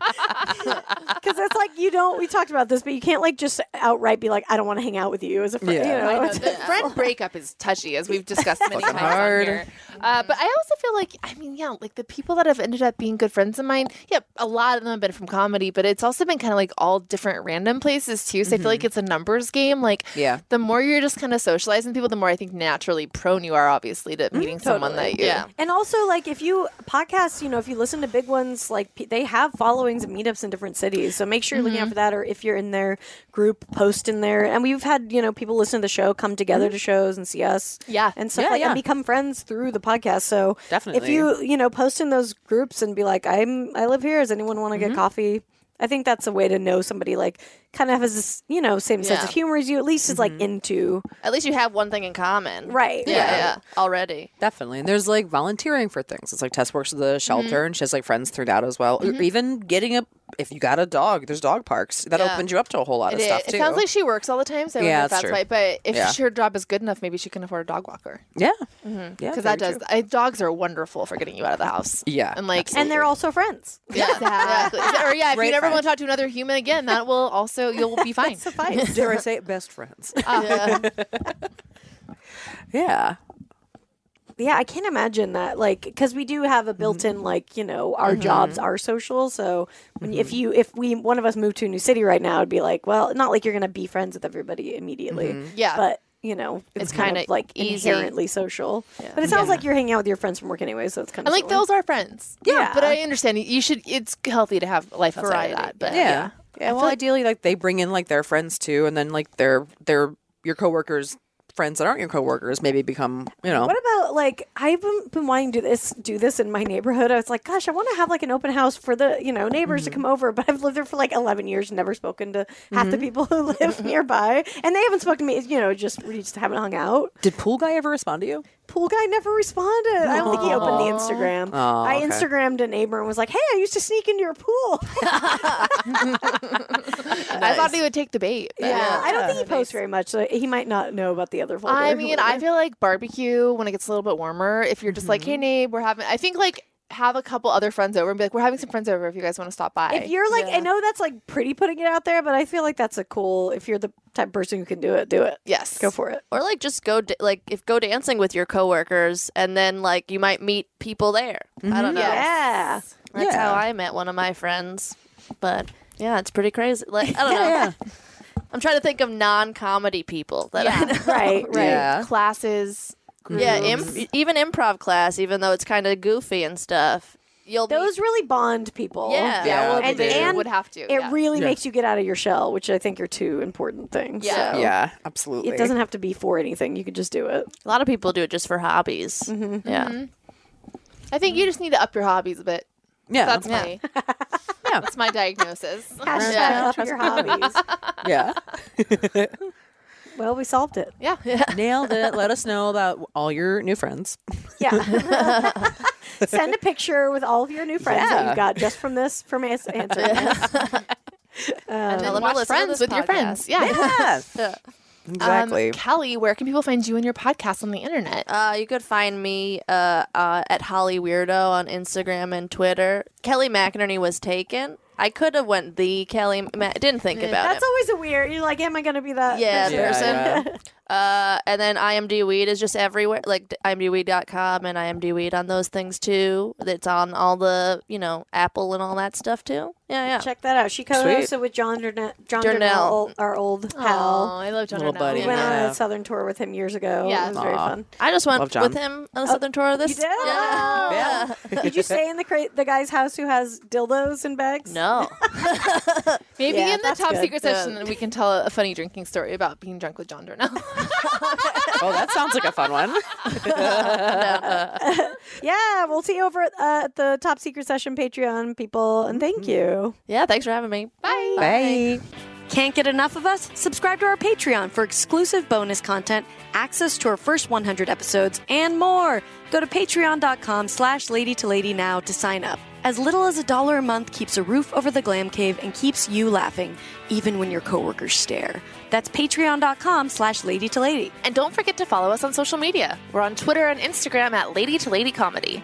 [SPEAKER 1] Because it's like you don't we talked about this, but you can't like just outright be like, I don't want to hang out with you as a friend.
[SPEAKER 2] Yeah.
[SPEAKER 3] Oh,
[SPEAKER 1] You know, it's-
[SPEAKER 3] Uh, the friend breakup is touchy, as we've discussed many times
[SPEAKER 2] hard.
[SPEAKER 3] on here. Uh, but I also feel like, I mean, yeah, like the people that have ended up being good friends of mine, yeah, a lot of them have been from comedy, but it's also been kind of like all different random places too. So I feel like it's a numbers game. Like,
[SPEAKER 2] Mm-hmm. Yeah.
[SPEAKER 3] the more you're just kind of socializing people, the more I think naturally prone you are, obviously,
[SPEAKER 2] Mm-hmm.
[SPEAKER 3] to meeting someone that you.
[SPEAKER 5] Yeah.
[SPEAKER 1] And also, like, if you podcasts, you know, if you listen to big ones, like pe- they have followings and meetups in different cities. So make sure you're looking out for that, or if you're in their group, post in there. And we've had you know people listen to the show, come together to shows and see us,
[SPEAKER 3] Yeah.
[SPEAKER 1] and stuff
[SPEAKER 2] Yeah,
[SPEAKER 1] like
[SPEAKER 2] yeah.
[SPEAKER 1] and become friends through the podcast. So if
[SPEAKER 2] Definitely.
[SPEAKER 1] you you know post in those groups and be like, I'm I live here. Does anyone want to get coffee? I think that's a way to know somebody like kind of has this you know same sense
[SPEAKER 5] Yeah.
[SPEAKER 1] of humor as you at least is like into
[SPEAKER 5] At least you have one thing in common.
[SPEAKER 1] right
[SPEAKER 5] Yeah, yeah. Already.
[SPEAKER 2] Definitely. And there's like volunteering for things. It's like Tess works at the shelter and she has like friends through that as well. Or even getting a if you got a dog, there's dog parks. That
[SPEAKER 5] Yeah.
[SPEAKER 2] opens you up to a whole lot
[SPEAKER 3] It,
[SPEAKER 2] of stuff
[SPEAKER 3] it
[SPEAKER 2] too.
[SPEAKER 3] sounds like she works all the time, so I
[SPEAKER 2] Yeah,
[SPEAKER 3] yeah, wonder if
[SPEAKER 2] that's
[SPEAKER 3] that's
[SPEAKER 2] true.
[SPEAKER 3] right. But if
[SPEAKER 2] Yeah.
[SPEAKER 3] her job is good enough, maybe she can afford a dog walker.
[SPEAKER 2] yeah. Yeah.
[SPEAKER 3] Because
[SPEAKER 2] very
[SPEAKER 3] that does.
[SPEAKER 2] true.
[SPEAKER 3] I, dogs are wonderful for getting you out of the house.
[SPEAKER 2] Yeah,
[SPEAKER 3] and like,
[SPEAKER 1] and they're also friends.
[SPEAKER 3] Yeah, exactly. or yeah, if
[SPEAKER 2] Great
[SPEAKER 3] you never
[SPEAKER 2] friend.
[SPEAKER 3] want to talk to another human again, that will also you'll be fine.
[SPEAKER 2] Dare I say it, best friends.
[SPEAKER 5] Yeah.
[SPEAKER 2] yeah.
[SPEAKER 1] yeah i can't imagine that like because we do have a built-in like you know our jobs are social so when, if you if we one of us moved to a new city right now it'd be like well not like you're gonna be friends with everybody immediately
[SPEAKER 3] Yeah.
[SPEAKER 1] but you know it's, kind
[SPEAKER 5] kinda
[SPEAKER 1] of like
[SPEAKER 5] easy.
[SPEAKER 1] inherently social but it sounds like you're hanging out with your friends from work anyway so it's kind of
[SPEAKER 3] and like those are friends.
[SPEAKER 1] Yeah.
[SPEAKER 3] But I understand you should it's healthy to have life outside
[SPEAKER 5] Variety.
[SPEAKER 3] of that. But
[SPEAKER 2] Yeah. well, ideally, like they bring in like their friends too, and then like their their your coworkers' friends that aren't your coworkers maybe become you know
[SPEAKER 1] What about like I've been, been wanting to do this do this in my neighborhood. I was like, gosh, I want to have like an open house for the you know neighbors
[SPEAKER 3] Mm-hmm.
[SPEAKER 1] to come over. But I've lived there for like eleven years, and never spoken to half the people who live nearby, and they haven't spoken to me. You know, just we just haven't hung out.
[SPEAKER 2] Did Pool Guy ever respond to you?
[SPEAKER 1] Pool guy never responded. I don't think he opened the Instagram.
[SPEAKER 2] Aw,
[SPEAKER 1] I
[SPEAKER 2] okay.
[SPEAKER 1] Instagrammed a neighbor and was like, hey, I used to sneak into your pool.
[SPEAKER 3] I thought he would take the bait. but-
[SPEAKER 1] Yeah, I don't think he
[SPEAKER 2] Yeah.
[SPEAKER 1] posts very much. So he might not know about the other folder.
[SPEAKER 3] I mean, I
[SPEAKER 1] whatever.
[SPEAKER 3] feel like barbecue when it gets a little bit warmer. If you're just
[SPEAKER 1] Mm-hmm.
[SPEAKER 3] like, hey, Nabe, we're having. I think like have a couple other friends over and be like, we're having some friends over if you guys want to stop by.
[SPEAKER 1] If you're like, I know that's like pretty putting it out there, but I feel like that's a cool. If you're the type of person who can do it, do it.
[SPEAKER 3] yes,
[SPEAKER 1] Go for it.
[SPEAKER 5] Or like just go da- like if go dancing with your coworkers and then like you might meet people there. I don't know.
[SPEAKER 1] Yeah.
[SPEAKER 5] That's
[SPEAKER 2] Mm-hmm. Yeah.
[SPEAKER 5] how I met one of my friends. But yeah, it's pretty crazy. Like I don't know.
[SPEAKER 2] yeah.
[SPEAKER 5] I'm trying to think of non-comedy people that I know.
[SPEAKER 1] Right. Right.
[SPEAKER 2] Yeah.
[SPEAKER 3] classes.
[SPEAKER 5] Yeah, imp- even improv class, even though it's kind of goofy and stuff. You'll meet-
[SPEAKER 1] Those really bond people.
[SPEAKER 5] Yeah.
[SPEAKER 2] Yeah,
[SPEAKER 3] well,
[SPEAKER 1] and-
[SPEAKER 3] they
[SPEAKER 1] and
[SPEAKER 3] would have to.
[SPEAKER 1] It
[SPEAKER 3] yeah.
[SPEAKER 1] really
[SPEAKER 2] Yeah.
[SPEAKER 1] makes you get out of your shell, which I think are two important things.
[SPEAKER 5] Yeah.
[SPEAKER 1] So
[SPEAKER 2] Yeah, absolutely.
[SPEAKER 1] It doesn't have to be for anything. You could just do it.
[SPEAKER 5] a lot of people do it just for hobbies.
[SPEAKER 2] Mm-hmm.
[SPEAKER 5] Yeah.
[SPEAKER 3] I think you just need to up your hobbies a bit.
[SPEAKER 2] Oh, Yeah,
[SPEAKER 3] That's my.
[SPEAKER 2] Yeah.
[SPEAKER 3] That's my diagnosis.
[SPEAKER 1] Hashtag
[SPEAKER 3] Yeah.
[SPEAKER 1] up your hobbies.
[SPEAKER 2] yeah.
[SPEAKER 1] well, we solved it.
[SPEAKER 3] Yeah.
[SPEAKER 2] Nailed it. Let us know about all your new friends.
[SPEAKER 1] Yeah. Send a picture with all of your new friends that
[SPEAKER 2] Yeah.
[SPEAKER 1] you got just from this from ans- Um, answering. this.
[SPEAKER 5] And tell them to
[SPEAKER 3] Watch
[SPEAKER 5] listen to
[SPEAKER 3] friends
[SPEAKER 5] this
[SPEAKER 3] with your
[SPEAKER 5] podcast.
[SPEAKER 3] friends. Yeah.
[SPEAKER 2] Yeah. Exactly.
[SPEAKER 3] Um, Kelly, where can people find you and your podcast on the internet?
[SPEAKER 5] Uh, you could find me uh, uh, at Holly Weirdo on Instagram and Twitter. Kelly McInerney was taken. I could have went the Kelly. Ma- didn't think about
[SPEAKER 1] That's
[SPEAKER 5] it.
[SPEAKER 1] always a weird. You're like, am I going to be that?
[SPEAKER 5] yeah,
[SPEAKER 1] person?
[SPEAKER 5] person.
[SPEAKER 2] Yeah,
[SPEAKER 5] Uh, and then IMD Weed is just everywhere, like d- imdweed.com and IMD Weed on those things too. It's on all the, you know, Apple and all that stuff too. Yeah, yeah.
[SPEAKER 1] Check that out. She co-hosted with John Durnell, John
[SPEAKER 5] Durnell.
[SPEAKER 1] Durnell, our old
[SPEAKER 3] Oh,
[SPEAKER 1] pal.
[SPEAKER 3] I love John
[SPEAKER 2] Little
[SPEAKER 3] Arnell.
[SPEAKER 2] buddy.
[SPEAKER 1] We went on
[SPEAKER 2] Yeah.
[SPEAKER 1] a southern tour with him years ago.
[SPEAKER 3] Yeah.
[SPEAKER 1] it was very
[SPEAKER 2] Aw.
[SPEAKER 1] fun.
[SPEAKER 5] I just went
[SPEAKER 2] Love John.
[SPEAKER 5] with him on a southern tour this.
[SPEAKER 1] Oh, You did?
[SPEAKER 5] Yeah.
[SPEAKER 2] Yeah.
[SPEAKER 1] Did you stay in the cra- the guy's house who has dildos and bags?
[SPEAKER 5] No.
[SPEAKER 3] Maybe
[SPEAKER 1] Yeah,
[SPEAKER 3] in the
[SPEAKER 1] that's
[SPEAKER 3] top
[SPEAKER 1] good.
[SPEAKER 3] secret
[SPEAKER 5] Yeah.
[SPEAKER 3] section, we can tell a funny drinking story about being drunk with John Darnell.
[SPEAKER 2] Oh, that sounds like a fun one.
[SPEAKER 1] Yeah, we'll see you over at, uh, at the Top Secret Session Patreon, people, and thank you.
[SPEAKER 5] yeah, thanks for having me.
[SPEAKER 3] Bye.
[SPEAKER 2] Bye.
[SPEAKER 7] Can't get enough of us? Subscribe to our Patreon for exclusive bonus content, access to our first 100 episodes, and more. Go to patreon.com slash lady to lady now to sign up. As little as a dollar a month keeps a roof over the glam cave and keeps you laughing, even when your coworkers stare. That's patreon.com slash lady to lady.
[SPEAKER 3] And don't forget to follow us on social media. We're on Twitter and Instagram at Lady to Lady Comedy.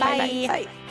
[SPEAKER 1] Bye. Bye.